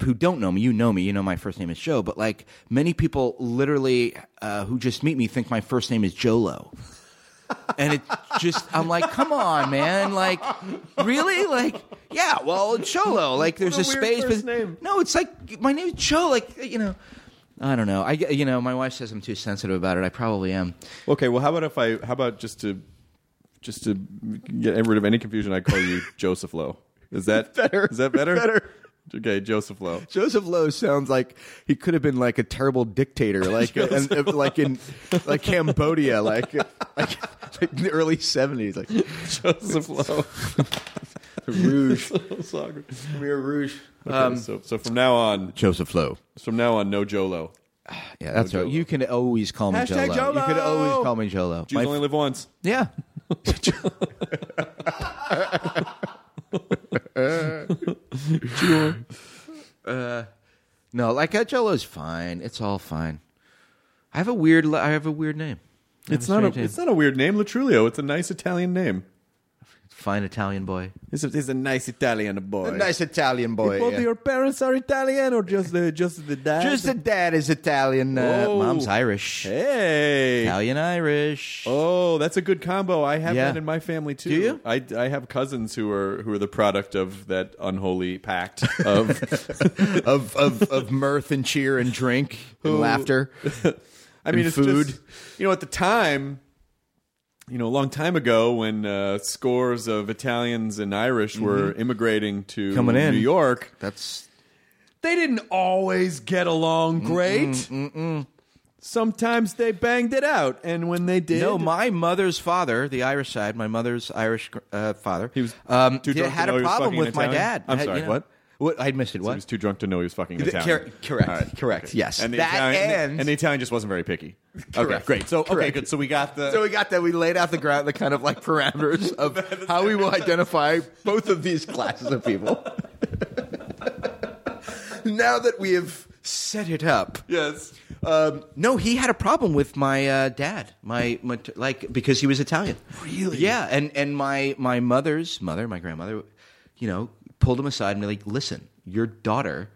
S7: who don't know me, you know me, you know my first name is Joe. But like many people, literally, uh, who just meet me, think my first name is Jolo. And it just, I'm like, come on, man! Like, really? Like, yeah. Well, it's Cholo. Like, there's
S5: What
S7: a,
S5: a weird
S7: space.
S5: first
S7: but-
S5: name.
S7: No, it's like my name is Joe. Like, you know, I don't know. I, get- you know, my wife says I'm too sensitive about it. I probably am.
S5: okay, well, how about if I. How about just to. Just to get rid of any confusion, I call you Joseph Lowe. Is that better? Is that better?
S7: Better.
S5: Okay, Joseph Lowe.
S9: Joseph Lowe sounds like he could have been like a terrible dictator, like and, uh, like in like Cambodia, like like, like in the early seventies, like
S5: Joseph Lowe.
S9: Rouge.
S7: Rear Rouge.
S5: Okay, so, so from now on,
S9: Joseph Lowe.
S5: from now on, no Jolo.
S7: Yeah, that's right.
S5: Jolo.
S7: You can always call me
S5: Hashtag
S7: Jolo.
S5: Jolo.
S7: You can always call me Jolo.
S5: Jews
S7: My-
S5: only live once.
S7: yeah. No, like
S9: uh,
S7: Jello's fine. It's all fine. I have a weird. li- I have a weird name. I have
S5: It's not a
S7: strange name.
S5: it's not a weird name, Latrulio. It's a nice Italian name.
S7: fine Italian boy.
S5: It's a, it's a nice Italian boy.
S9: Italian boy.
S5: Both your parents are Italian, or just the just the dad?
S9: Just the dad is Italian. Uh,
S5: Whoa.
S7: Mom's Irish.
S5: hey.
S7: Italian Irish.
S5: Oh, that's a good combo. I have
S7: Yeah.
S5: that in my family too.
S7: Do you?
S5: I, I have cousins who are who are the product of that unholy pact of
S9: of, of of mirth and cheer and drink and laughter.
S5: I mean,
S9: and
S5: it's
S9: food.
S5: just you know at the time, you know, a long time ago when uh, scores of Italians and Irish were immigrating to
S7: Mm-hmm. Coming in.
S5: New York,
S7: That's
S5: they didn't always get along great. Sometimes they banged it out, and when they did,
S7: no. My mother's father, the Irish side, my mother's Irish uh, father.
S5: He was
S7: um,
S5: too
S7: he
S5: drunk to
S7: had
S5: know
S7: a
S5: he was
S7: problem
S5: fucking
S7: with my
S5: Italian?
S7: dad.
S5: I'm
S7: I-
S5: sorry,
S7: you know-
S5: what?
S7: What? I missed it.
S5: he
S7: What?
S5: was too drunk to know he was fucking
S7: The-
S5: Italian.
S7: cor- correct,
S5: All
S7: correct, yes.
S5: And the
S7: That
S5: Italian,
S7: and-
S5: and the Italian just wasn't very picky. Okay,
S9: Correct.
S5: great. So okay,
S9: Correct.
S5: good. So we got the
S9: So we got that. We laid out the ground, the kind of like parameters of how we will identify both of these classes of people. now that we have set it up,
S5: yes.
S7: Um, no, he had a problem with my uh, dad. My, my like because he was Italian. Really? Yeah, and and my my mother's mother, my grandmother, you know, pulled him aside and be like, "Listen, your daughter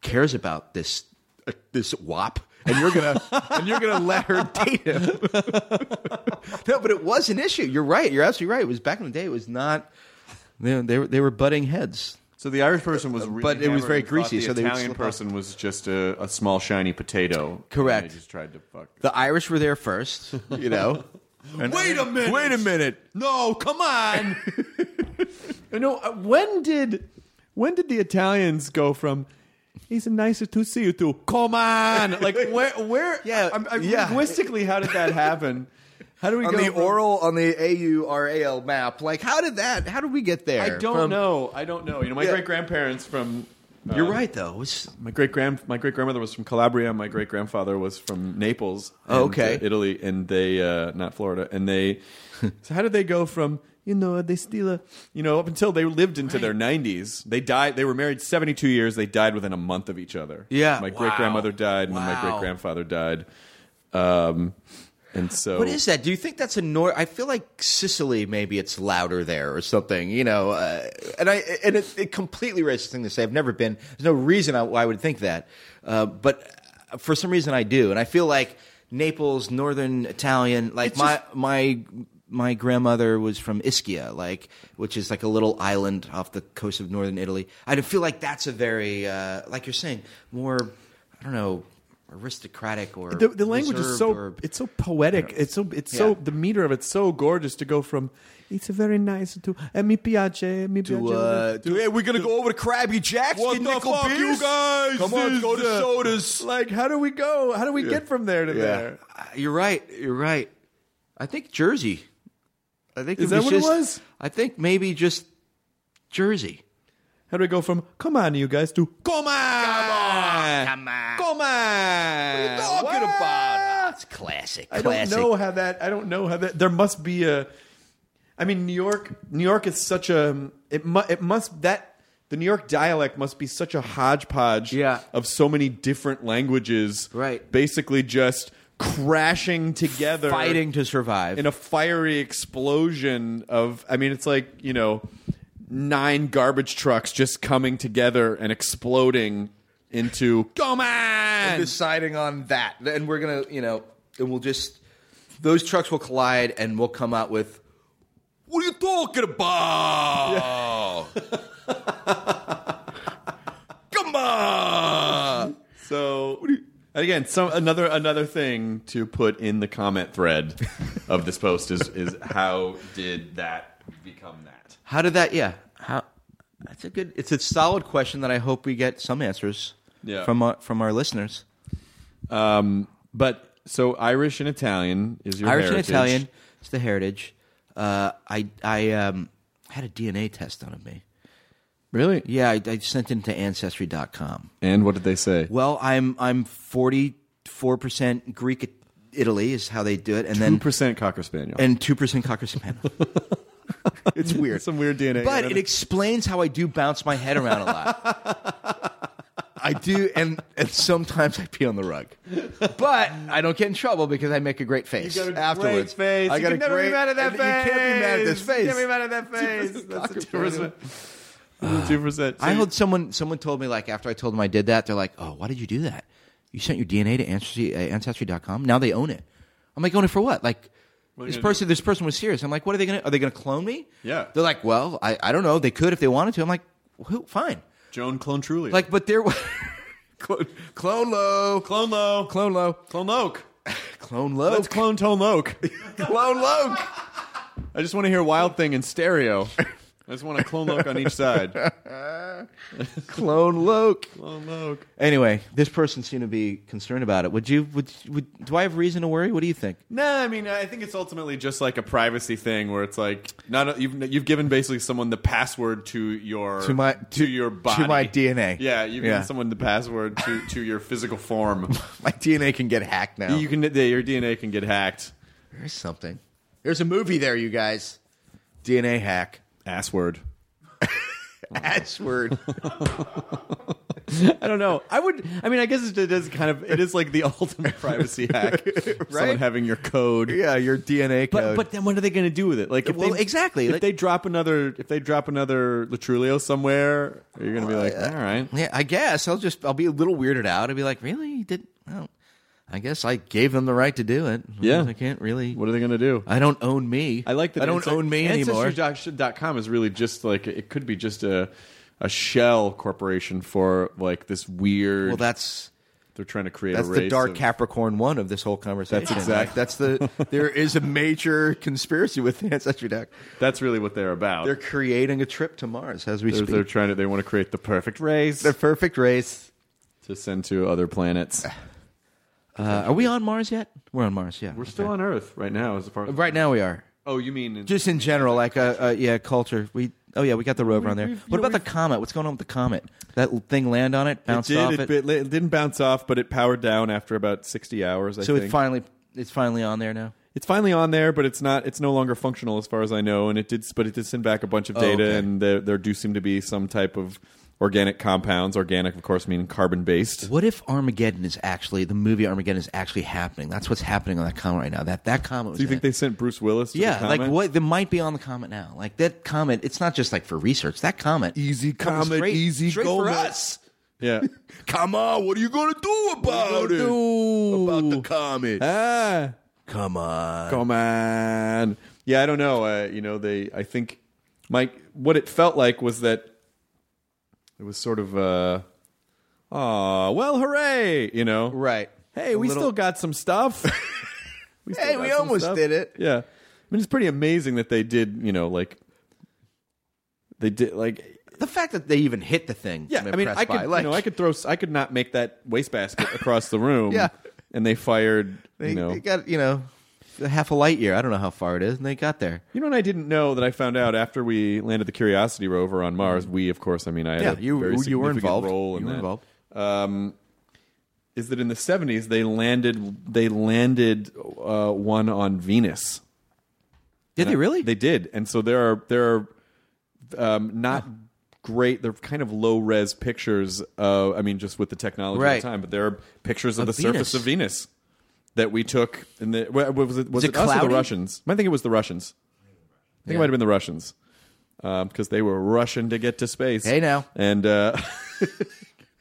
S7: cares about this uh, this wop."
S9: and you're gonna and you're gonna let her date him.
S7: No, but it was an issue. You're right. You're absolutely right. It was back in the day. It was not. They were- they were, they were butting heads.
S5: So the Irish person was, really
S7: But it was
S5: hammered
S7: very
S5: and thought
S7: greasy,
S5: The
S7: so they would
S5: Italian
S7: slip up.
S5: person was just a, a small shiny potato.
S7: Correct.
S5: And they just tried to fuck.
S7: The Irish were there first.
S9: You know.
S5: wait a minute! Wait a minute! No, come on! you know uh, when did when did the Italians go from? He's nicer to see you to come on. Like where where?
S7: Yeah,
S5: I'm, i
S7: yeah.
S5: Linguistically, how did that happen? How do we
S9: On
S5: go
S9: the
S5: from-
S9: oral, on the A U R A L map, like how did that? How did we get there?
S5: I don't
S9: From-
S5: know. I don't know. You know, my
S9: Yeah.
S5: great grandparents from
S7: You're right, though. It was-
S5: my great grand my great grandmother was from Calabria. My great grandfather was from Naples.
S7: Oh,
S5: and,
S7: okay.
S5: uh, Italy, and they uh, not Florida. And they so how did they go from you know they still uh, you know up until they lived into their nineties. They died. They were married seventy two years. They died within a month of each other.
S7: Yeah.
S5: my
S7: Wow.
S5: great grandmother died, and then my
S7: Wow.
S5: great grandfather died. Um, and so
S7: What is that? Do you think that's a nor? I feel like Sicily. Maybe it's louder there or something. You know, uh, and I and it's a completely racist thing to say. I've never been. There's no reason I, why I would think that, uh, but for some reason I do, and I feel like Naples, Northern Italian. Like my my my grandmother was from Ischia, like which is like a little island off the coast of northern Italy. I feel like that's a very uh, like you're saying more. I don't know. Aristocratic or
S5: the, the language is
S7: reserved
S5: so
S7: or-
S5: it's so poetic. It's so it's so
S7: Yeah.
S5: the meter of it's so gorgeous to go from. It's very nice to eh, mi piace, mi piace. eh,
S7: we're gonna go over uh, to Krabby Jack's,
S5: What the fuck, you guys? This, uh, Like, how do we go? How do we get from there to there?
S7: Uh, You're right. You're right. I think Jersey. I think
S5: Is
S7: it
S5: that
S7: was
S5: what it
S7: just-
S5: was?
S7: I think maybe just Jersey.
S5: How do we go from "Come on, you guys" to "Come on, come on, come on"? Come on. What
S7: Talking about it's classic.
S5: I
S7: Classic.
S5: don't know how that. I don't know how that. There must be a. I mean, New York. New York is such a. It mu, It must that. The New York dialect must be such a hodgepodge
S7: Yeah.
S5: of so many different languages,
S7: Right.
S5: Basically, just crashing together,
S7: Fighting to survive.
S5: in a fiery explosion of i mean it's like you know nine garbage trucks just coming together and exploding into come on
S7: deciding on that, and we're gonna, you know, and we'll just those trucks will collide, and we'll come out with. What are you talking about? come on.
S5: so and again some another another thing to put in the comment thread of this post is is how did that become that
S7: How did that? Yeah. How? That's a good. It's a solid question that I hope we get some answers
S5: Yeah.
S7: from our, from our listeners.
S5: um but so irish and italian is your
S7: Irish
S5: heritage.
S7: and Italian. It's the heritage. Uh, I I um, had a DNA test done of me.
S5: really
S7: Yeah, I, I sent it to ancestry.com.
S5: and what did they say
S7: Well, I'm I'm 44 percent Greek Italy is how they do it, and
S5: two
S7: then
S5: percent cocker spaniel
S7: and two percent Cocker Spaniel.
S9: It's weird.
S5: some weird dna
S7: But it explains how I do bounce my head around a lot. I do, and, and sometimes I pee on the rug, but I don't get in trouble because I make a great face
S5: You got a great
S7: afterwards.
S5: face.
S7: I
S5: You
S7: got
S5: can
S7: a
S5: never be
S7: great-
S5: mad at that
S7: You can't be mad at this
S5: face.
S7: face.
S5: You can't be mad at that face. That's a
S7: Cocker
S5: 2%. Two percent.
S7: I heard someone someone told me like after I told them I did that, they're like, "Oh, why did you do that? You sent your DNA to ancestry, uh, ancestry.com. Now they own it." I'm like, "Own it for what?" Like this
S5: gonna
S7: person this person was serious. I'm like, "What are they going to are they going to clone me?"
S5: Yeah.
S7: They're like, "Well, I, I don't know. They could if they wanted to." I'm like, "Who? Fine."
S5: Joan Clone Truly.
S7: Like, but there was clone, clone low,
S5: Clone Low.
S7: clone low,
S5: Clone Loke.
S7: clone low,
S5: Let's clone Tone Loke.
S7: clone low.
S5: I just want to hear Wild Thing in stereo. I just want a Clone Loke on each side.
S7: clone Loke.
S5: Clone Loke.
S7: Anyway, this person seemed to be concerned about it. Would you? Would, would do I have reason to worry? What do you think?
S5: Nah, I mean, I think it's ultimately just like a privacy thing where it's like not a, you've you've given basically someone the password to your
S7: To my-
S5: to,
S7: to-
S5: your
S7: to
S5: body
S7: my DNA.
S5: Yeah, you've
S7: Yeah.
S5: given someone the password to to your physical form.
S7: My DNA can get hacked now.
S5: you can your DNA can get hacked.
S7: There's something. There's a movie there, you guys. DNA hack.
S5: Ass word.
S7: Ass word.
S5: Oh. I don't know. I would. I mean, I guess it is kind of. It is like the ultimate privacy hack. Someone having your code.
S7: yeah, your DNA
S5: But but then what are they going to do with it? Like if
S7: Well,
S5: they,
S7: exactly,
S5: If
S7: like-
S5: they drop another, if they drop another Latrulio somewhere, you're going to be like, all right.
S7: yeah, I guess I'll just I'll be a little weirded out. I'll be like, really? You did? Well, I guess I gave them the right to do it.
S5: Yeah.
S7: I can't really.
S5: What are they going to do?
S7: I don't own me.
S5: I like that.
S7: I don't
S5: Ancest-
S7: own me anymore.
S5: Ancestry.com is really just like it could be just a a shell corporation for like this weird.
S7: Well, that's
S5: they're trying to create.
S7: that's
S5: a
S7: the
S5: race
S7: dark
S5: of-
S7: Capricorn one of this whole conversation.
S5: That's exact-
S7: Like, that's the there is a major conspiracy with ancestry deck.
S5: That's really what they're about.
S7: They're
S5: They're,
S7: creating a trip to Mars as we
S5: they're,
S7: speak.
S5: trying to. They want to create the perfect race
S7: the perfect race.
S5: to send to other planets.
S7: Uh, are we on Mars yet? We're on Mars. Yeah,
S5: We're still on Earth right now, as far as
S7: Right now we are.
S5: Oh, you mean in-
S7: Just in general, like uh, uh, yeah, culture. We oh yeah, we got the rover on there. What about the comet? What's going on with the comet? That l- thing land on it,
S5: it
S7: bounced
S5: did.
S7: off
S5: it,
S7: it,
S5: bit- it didn't bounce off, but it powered down after about sixty hours. I
S7: so it
S5: think.
S7: finally it's finally on there now.
S5: It's finally on there, but it's not. It's no longer functional, as far as I know. And it did, but it did send back a bunch of data,
S7: Oh, okay.
S5: and there, there do seem to be some type of organic compounds. Organic, of course, meaning carbon based.
S7: What if Armageddon is actually the movie Armageddon is actually happening? That's what's happening on that comet right now. That that comet. Was
S5: Do you
S7: in
S5: think
S7: it.
S5: they sent Bruce Willis? To
S7: Yeah,
S5: the
S7: like
S5: comet?
S7: what they might be on the comet now. Like that comet, it's not just like for research. That comet,
S3: Easy
S7: coming
S3: comet,
S7: straight,
S3: easy
S7: straight
S3: Gomez.
S7: for us.
S5: Yeah.
S3: Come on, what are you gonna do about it? About the comet?
S5: ah,
S3: Come on.
S5: come on. Yeah, I don't know. Uh, you know, they. I think, Mike. What it felt like was that it was sort of. Uh, Aw, well, hooray! You know,
S7: Right.
S5: Hey,
S7: A
S5: we
S7: little-
S5: still got some stuff. We still
S7: Hey,
S5: got
S7: we
S5: some
S7: almost did it.
S5: Yeah. I mean, it's pretty amazing that they did, you know, like, they did, like,
S7: The fact that they even hit the thing.
S5: yeah,
S7: I'm
S5: I mean, I
S7: impressed
S5: could,
S7: by.
S5: you
S7: Like-
S5: know, I could throw, I could not make that wastebasket across the room.
S7: Yeah.
S5: And they fired,
S7: They,
S5: you know.
S7: they got you know half a light year. I don't know how far it is, and they got there.
S5: you know what I didn't know that I found out after we landed the Curiosity rover on Mars? We, of course, I mean, I had a
S7: Yeah, you-
S5: very
S7: you were
S5: significant
S7: involved.
S5: role in
S7: You were
S5: that.
S7: involved.
S5: Um, is that in the 70s they landed they landed uh, one on Venus.
S7: Did they really?
S5: They did, and so there are there are um, not great. They're kind of low res pictures. Uh, I mean, just with the technology
S7: Right.
S5: at the time, but there are pictures of,
S7: Of
S5: the surface
S7: Venus.
S5: of Venus that we took. In the wa- was it was
S7: it
S5: it, us or the
S7: cloudy?
S5: Russians? I think it was the Russians. I think it
S7: Yeah.
S5: might have been the Russians because they were rushing to get to space.
S7: Hey, now.
S5: and. Uh,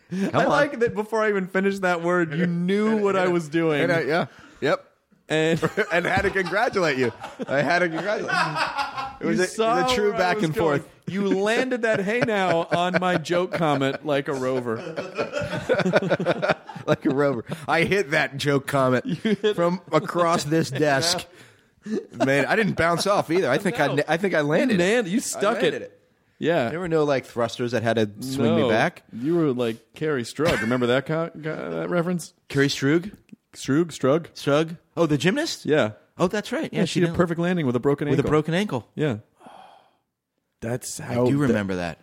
S5: I
S7: on.
S5: like that before I even finished that word, you knew what I was doing.
S3: And I- yeah. Yep.
S5: And-
S3: and had to congratulate you. I had to congratulate. It was,
S5: You
S3: a, it was a
S5: saw
S3: true
S5: where I
S3: back
S5: was
S3: and
S5: going.
S3: forth.
S5: You landed that hey now on my joke comment like a rover.
S3: like a rover.
S7: I hit that joke comment from across this desk. Man, I didn't bounce off either. I think I, I think I landed. it.
S5: Man, you stuck
S7: landed
S5: it.
S7: it.
S5: Yeah.
S7: There were no like thrusters that had to swing
S5: No.
S7: me back.
S5: You were like Carrie Strug. Remember that co- guy- that reference?
S7: Carrie Strug,
S5: Strug, Strug.
S7: Strug. Oh, the gymnast.
S5: Yeah.
S7: Oh, that's right. Yeah,
S5: Yeah,
S7: she
S5: she did a
S7: didn't-
S5: perfect landing with a broken
S7: with
S5: ankle. Oh,
S7: a broken ankle.
S5: Yeah. That's
S7: I
S5: how
S7: do remember that.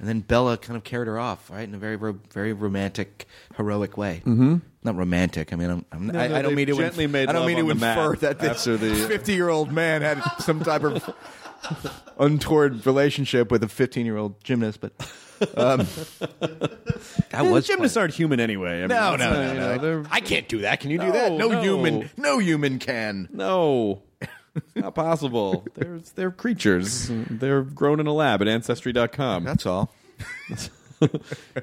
S7: And then Bella kind of carried her off, right, in a very, ro- very romantic, heroic way. Mm-hmm. Not romantic. I mean, I'm, I'm, I,
S5: no,
S7: I don't
S5: they
S7: mean to. inf-
S5: gently made
S7: I don't
S5: love
S7: mean
S5: on
S7: to
S5: the mat
S7: infer that this
S5: after the-
S7: fifty-year-old man had some type of
S3: Untoward relationship with a 15 year old.
S7: gymnast, but um, That was
S5: Gymnasts aren't human anyway. I mean,
S10: No,
S5: it's
S10: no,
S5: not,
S10: no,
S5: you
S10: no.
S5: know, they're-
S10: I can't do that. Can you do that? No,
S5: No, no.
S10: human, no human can.
S5: No. It's not possible. They're, they're creatures. They're grown in a lab at ancestry.com.
S10: That's all.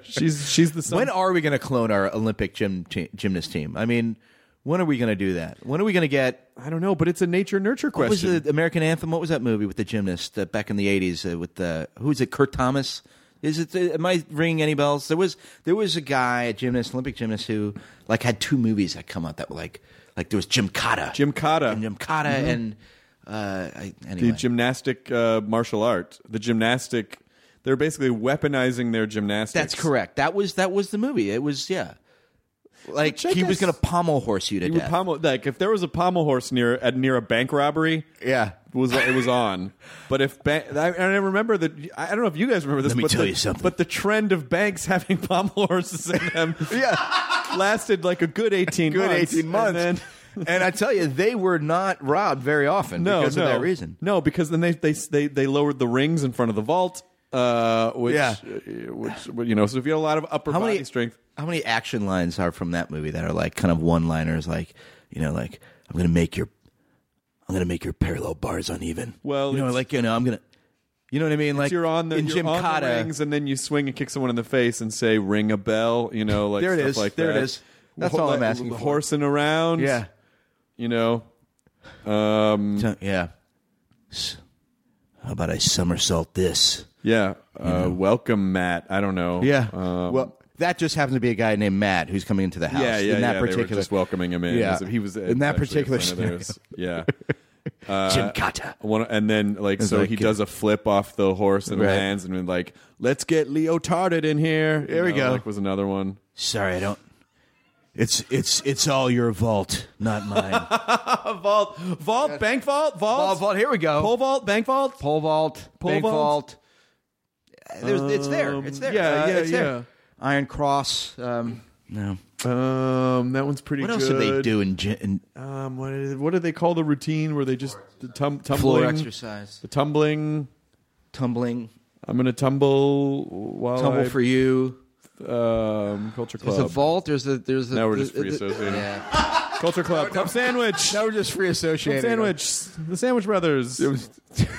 S5: She's she's the son.
S10: When
S5: of
S10: are
S7: are we going to clone our Olympic gym te- gymnast team? I mean, when are we going to do that? When are we going to get?
S5: I don't know, but it's a nature nurture
S7: What was
S5: question.
S7: the American anthem? What was that movie with the gymnast uh, back in the eighties? Uh, with the who is it? Kurt Thomas. Is it? Uh, am I ringing any bells? There was there was a guy, a gymnast, Olympic gymnast, who like had two movies that come out that were like like there was Jim Cotta,
S5: Gymkata.
S7: and Jim Cotta, and uh, I,
S5: the
S7: anyway,
S5: gymnastic uh, martial art. The gymnastic. They're basically weaponizing their gymnastics.
S7: that's correct. That was that was the movie. It was yeah. Like
S5: I
S7: he was
S5: guess-
S7: going to pommel horse you to
S5: You would
S7: death.
S5: pommel like if there was a pommel horse near at near a bank robbery.
S10: Yeah.
S5: it was it was on. But if bank, I, and I remember that I don't know if you guys remember this.
S7: Let me
S5: but
S7: tell
S5: the,
S7: you something.
S5: But the trend of banks having pommel horses in them, yeah, lasted like a good eighteen
S10: Good
S5: months.
S10: eighteen months.
S5: And
S10: And,
S5: then-
S10: I tell you, they were not robbed very often
S5: no,
S10: because
S5: no.
S10: of that reason.
S5: No, because then they they they, they lowered the rings in front of the vault. Uh, which,
S10: Yeah.
S5: uh, which you know, so if you had a lot of upper
S7: how
S5: body
S7: many
S5: strength,
S7: How many action lines are from that movie that are like kind of one liners, like you know, like I'm gonna make your, I'm gonna make your parallel bars uneven.
S5: Well,
S7: you know,
S5: it's-
S7: like you know, I'm gonna, you know what I mean? Like
S5: you're on the
S7: in
S5: you're
S7: Jim
S5: on the
S7: Cotta,
S5: rings, and then you swing and kick someone in the face and say ring a bell. You know, like
S7: There it
S5: stuff
S7: is.
S5: Like
S7: There it
S5: that.
S7: is. That's all I'm
S5: like,
S7: asking for.
S5: Horsing around.
S10: Yeah.
S5: You know. Um,
S7: So- yeah. S- How about I somersault this?
S5: Yeah. Uh, Welcome, Matt. I don't know.
S7: Yeah.
S5: Um,
S7: well, that just happens to be a guy named Matt who's coming into the house.
S5: yeah, yeah,
S7: in that
S5: yeah.
S7: particular
S5: they were just welcoming him in.
S7: Yeah.
S5: as if he was
S7: In that
S5: actually a
S7: particular
S5: friend of theirs. Yeah. uh,
S7: Jim Cotta.
S5: One, and then like so
S7: like,
S5: he
S7: uh,
S5: does a flip off the horse and
S7: Right.
S5: lands and then, like let's get Leo Tarded in here. There
S7: we go.
S5: Like was another one.
S7: Sorry, I don't. It's it's it's all your vault, not mine.
S5: vault, vault, bank vault,
S7: Vault, vault, here we go.
S5: Pole vault, bank vault.
S7: pole vault,
S5: Pole
S7: bank
S5: vault?
S7: vault. There's, it's there. It's there.
S5: yeah,
S7: Uh,
S5: yeah,
S7: it's there.
S5: yeah.
S7: Iron Cross. Um, no.
S5: Um, that one's pretty
S7: What
S5: good.
S7: else do they do in, gy- in
S5: Um, what, is, what do they call the routine where they just the tum- tumbling?
S7: floor exercise?
S5: The tumbling.
S7: Tumbling,
S5: I'm gonna tumble while
S7: tumble
S5: I,
S7: for you.
S5: um, culture club.
S7: There's a vault. There's a there's a.
S5: Now we're just
S7: the- the-
S5: free associating.
S7: Yeah.
S5: Culture club. Club sandwich.
S10: Now we're just free
S5: club
S10: associating.
S5: sandwich. The Sandwich Brothers.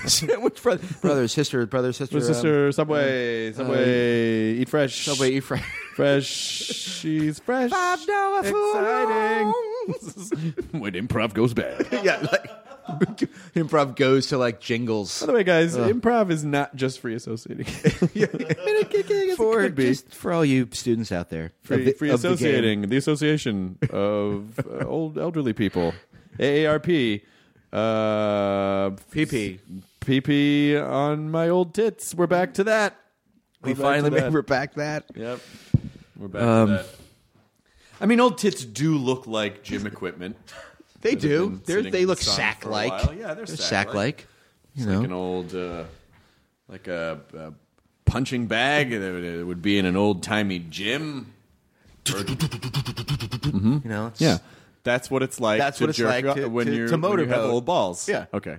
S10: Sandwich brother.
S7: brother, sister, brother, sister,
S5: Your
S7: um,
S5: sister. Subway. Subway. eat fresh.
S7: Subway, eat fry.
S5: Fresh. She's fresh.
S7: Five dollar food.
S5: Exciting. when improv goes bad.
S10: yeah, like improv goes to like jingles
S5: By the way, guys, improv is not just free associating.
S7: for
S5: could be.
S7: just for all you students out there.
S5: free,
S7: Of the-
S5: free
S7: of the game.
S5: associating, the, association of uh, old elderly people, AARP, uh,
S7: PP.
S5: PP on my old tits. We're back to that.
S7: We
S5: back to
S7: finally
S5: that.
S7: made we're Um, back that.
S5: Yep, we're back to that. I mean, old tits do look like gym equipment.
S7: They
S5: That have
S7: do.
S5: been
S7: They're,
S5: sitting in
S7: they
S5: the
S7: look
S5: sun for a
S7: sack like.
S5: while. Yeah, they're
S7: sack
S5: sack-like.
S7: like. You
S5: like
S7: know,
S5: an old, uh, like a, a punching bag that would, it would be in an old timey gym.
S7: you know. It's,
S5: Yeah, that's what it's like.
S7: That's
S5: to
S7: what it's
S5: jerk
S7: like
S5: off
S7: to-
S5: when
S7: to-
S5: you
S7: to
S5: when you have
S7: motorboat.
S5: old balls.
S7: Yeah.
S5: Okay.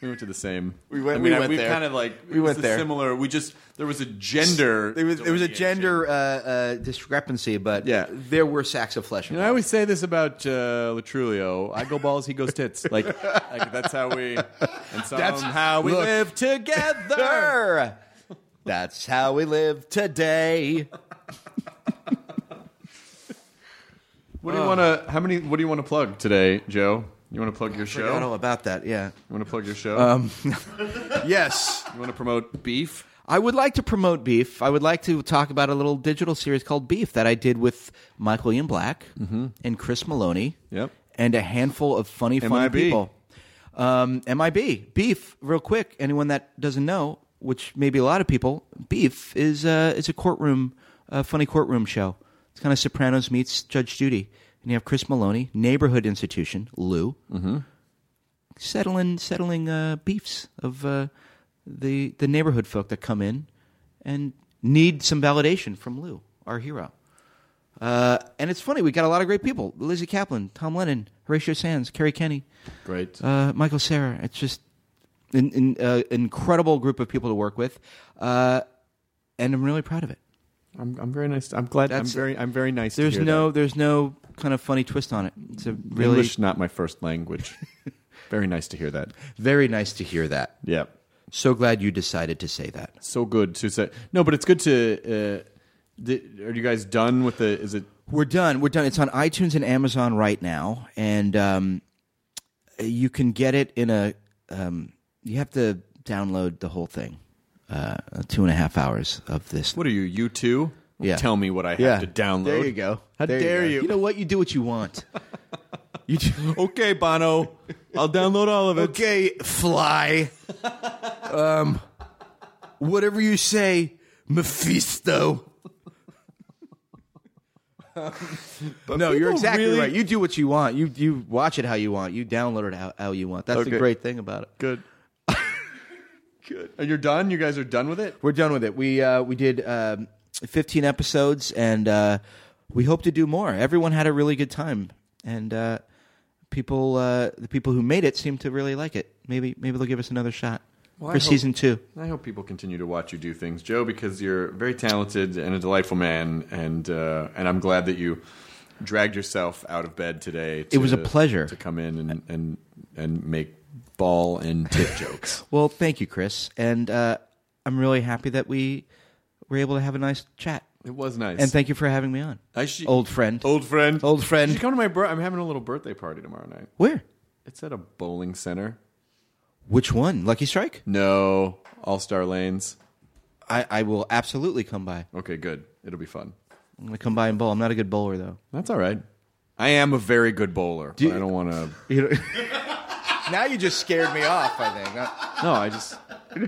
S5: We went to the same.
S7: We
S5: I
S7: went-
S5: mean,
S7: we
S5: I-
S7: went
S5: we
S7: there.
S5: kind of like
S7: We
S5: it was
S7: went
S5: a
S7: there.
S5: Similar. We just there was a gender.
S7: There was, there was a
S5: delineation.
S7: gender uh, uh, discrepancy, but
S5: Yeah.
S7: there were sacks of flesh.
S5: You know, I always say this about uh, Latrulio. I go balls, he goes tits. Like, like that's how we. And that's how we
S7: look.
S5: live together.
S7: Err! That's how we live today.
S5: What do you want to? How many? What do you want to plug today, Joe? You want to plug your show?
S7: Forgot all about that. Yeah.
S5: You want to plug your show?
S7: Yes,
S5: you want to promote beef?
S7: I would like to promote Beef. I would like to talk about a little digital series called Beef that I did with Michael Ian Black and Chris Maloney.
S5: Yep.
S7: And a handful of funny, funny
S5: MIB.
S7: people. Um, MIB beef. Real quick, anyone that doesn't know, which maybe a lot of people, beef is uh, it's a courtroom, uh, funny courtroom show. It's kind of Sopranos meets Judge Judy, and you have Chris Maloney, neighborhood institution, Lou, settling settling uh, beefs of uh, the the neighborhood folk that come in and need some validation from Lou, our hero. Uh, and it's funny, we got a lot of great people: Lizzie Kaplan, Tom Lennon, Horatio Sands, Kerry Kenny,
S5: Great.
S7: uh, Michael Sarah. It's just an, an uh, incredible group of people to work with. Uh, and I'm really proud of it.
S5: I'm, I'm very nice. I'm glad.
S7: That's-
S5: I'm very. I'm very nice. to
S7: There's
S5: hear
S7: no
S5: that.
S7: there's no kind of funny twist on it. It's a really
S5: English, not my first language. very nice to hear that.
S7: very nice to hear that.
S5: Yeah.
S7: So glad you decided to say that.
S5: So good to say. No, but it's good to. Uh, th- are you guys done with the? Is it?
S7: We're done. We're done. It's on iTunes and Amazon right now, and um, you can get it in a. Um, you have to download the whole thing. Uh, two and a half hours of this.
S5: What are you? You two?
S7: Yeah.
S5: Tell me what I have to download.
S9: There you go.
S5: How
S9: There
S5: dare
S9: go.
S5: you?
S7: You know what? You do what you want.
S5: You t- okay, Bono? I'll download all of it.
S7: Okay, fly. um, whatever you say, Mephisto. no, you're
S5: people
S7: exactly
S5: really-
S7: right. You do what you want. You you watch it how you want. You download it how, how you want. That's the
S5: Okay.
S7: great thing about it.
S5: Good. good. And you're done. You guys are done with it.
S7: We're done with it. We uh, we did um 15 episodes, and uh, we hope to do more. Everyone had a really good time, and uh, people uh, the people who made it seem to really like it. Maybe maybe they'll give us another shot
S5: I
S7: for
S5: hope-
S7: season two.
S5: I hope people continue to watch you do things, Joe, because you're very talented and a delightful man, and uh, and I'm glad that you dragged yourself out of bed today. To,
S7: It was a pleasure.
S5: to come in and and and make ball and tit jokes.
S7: Well, thank you, Chris, and uh, I'm really happy that we were able to have a nice chat.
S5: It was nice.
S7: And thank you for having me on,
S5: I Oh. should-
S7: old friend.
S5: old friend.
S7: Old friend.
S5: You should come to my. Bir- I'm having a little birthday party tomorrow night.
S7: Where?
S5: It's at a bowling center.
S7: Which one? Lucky Strike?
S5: No, All Star Lanes.
S7: I, I will absolutely come by.
S5: Okay, good. It'll be fun.
S7: I'm gonna come by and bowl. I'm not a good bowler though.
S5: That's all right. I am a very good bowler. but I don't want to.
S7: You know,
S9: Now you just scared me off. I think.
S5: No, I just.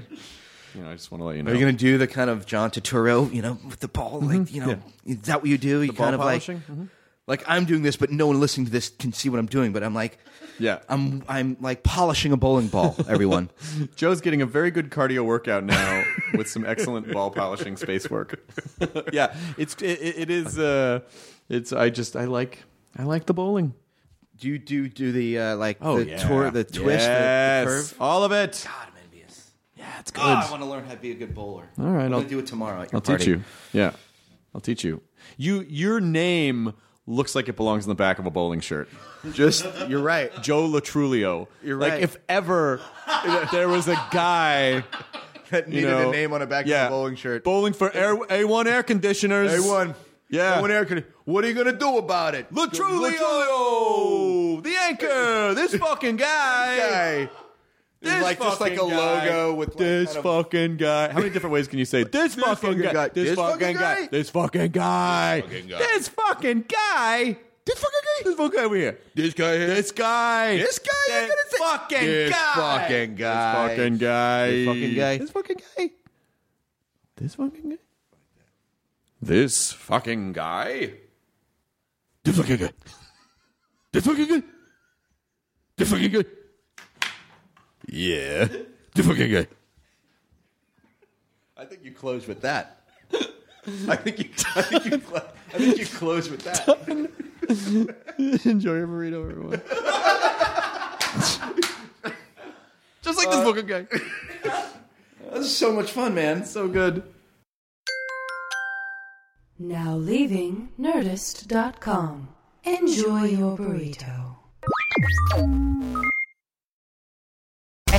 S5: You know, I just want to let you know.
S7: Are you going to do the kind of John Turturro, you know, with the ball? Like, you know, is that what you do? you
S5: Mm-hmm. ball
S7: kind of
S5: polishing? Mm-hmm.
S7: like, like I'm doing this, but no one listening to this can see what I'm doing. But I'm like,
S5: Yeah.
S7: I'm I'm like polishing a bowling ball. Everyone,
S5: Joe's getting a very good cardio workout now with some excellent ball polishing space work. yeah, it's it, it is. Uh, it's I just I like I like the bowling.
S7: do you do do the uh, like the
S5: Oh, yeah.
S7: tour, the twist, the-
S5: yes.
S7: the, curve?
S5: all of it.
S7: God, I'm envious.
S5: Yeah, it's
S7: Oh, I want to learn how to be a good bowler. All
S5: right,
S7: I'm
S5: I'll-
S7: gonna do it tomorrow. At your
S5: I'll teach
S7: party.
S5: you. Yeah, I'll teach you. You your name looks like it belongs in the back of a bowling shirt.
S9: Just you're right.
S5: Joe Latrulio.
S9: You're
S5: like
S9: right.
S5: if ever there was a guy
S9: That
S5: you
S9: needed
S5: know,
S9: a name on the back
S5: yeah,
S9: of a bowling shirt.
S5: Bowling for air, A1 air conditioners.
S9: Hey, one.
S5: Yeah.
S9: One air con- What are you gonna do about it?
S5: Latrulio, the anchor, this fucking guy,
S9: Guy.
S5: this
S9: like just like a
S5: fucking guy.
S9: logo with like
S5: this
S9: kind of-
S5: fucking guy. How many different ways can you say this, fucking,
S9: fucking
S5: guy,
S9: guy,
S5: this fucking guy, this fucking guy, this fucking guy, this fucking guy, this fucking guy over here,
S9: This guy here.
S5: this guy,
S9: This guy here
S5: this
S9: gonna say-
S5: fucking
S9: This
S5: guy,
S9: fucking guy.
S5: this fucking guy,
S7: This fucking guy.
S5: this fucking guy, this fucking guy, this fucking guy.
S9: This fucking guy. This fucking guy. This fucking guy. Yeah. This fucking guy. I think you close with that. I think you. I think you. cl- I think you close with that.
S5: Enjoy your burrito, everyone. Just like this fucking guy.
S7: This is so much fun, man.
S5: So good.
S6: Now leaving Nerdist.com. Enjoy your burrito.
S11: I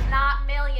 S12: not millions.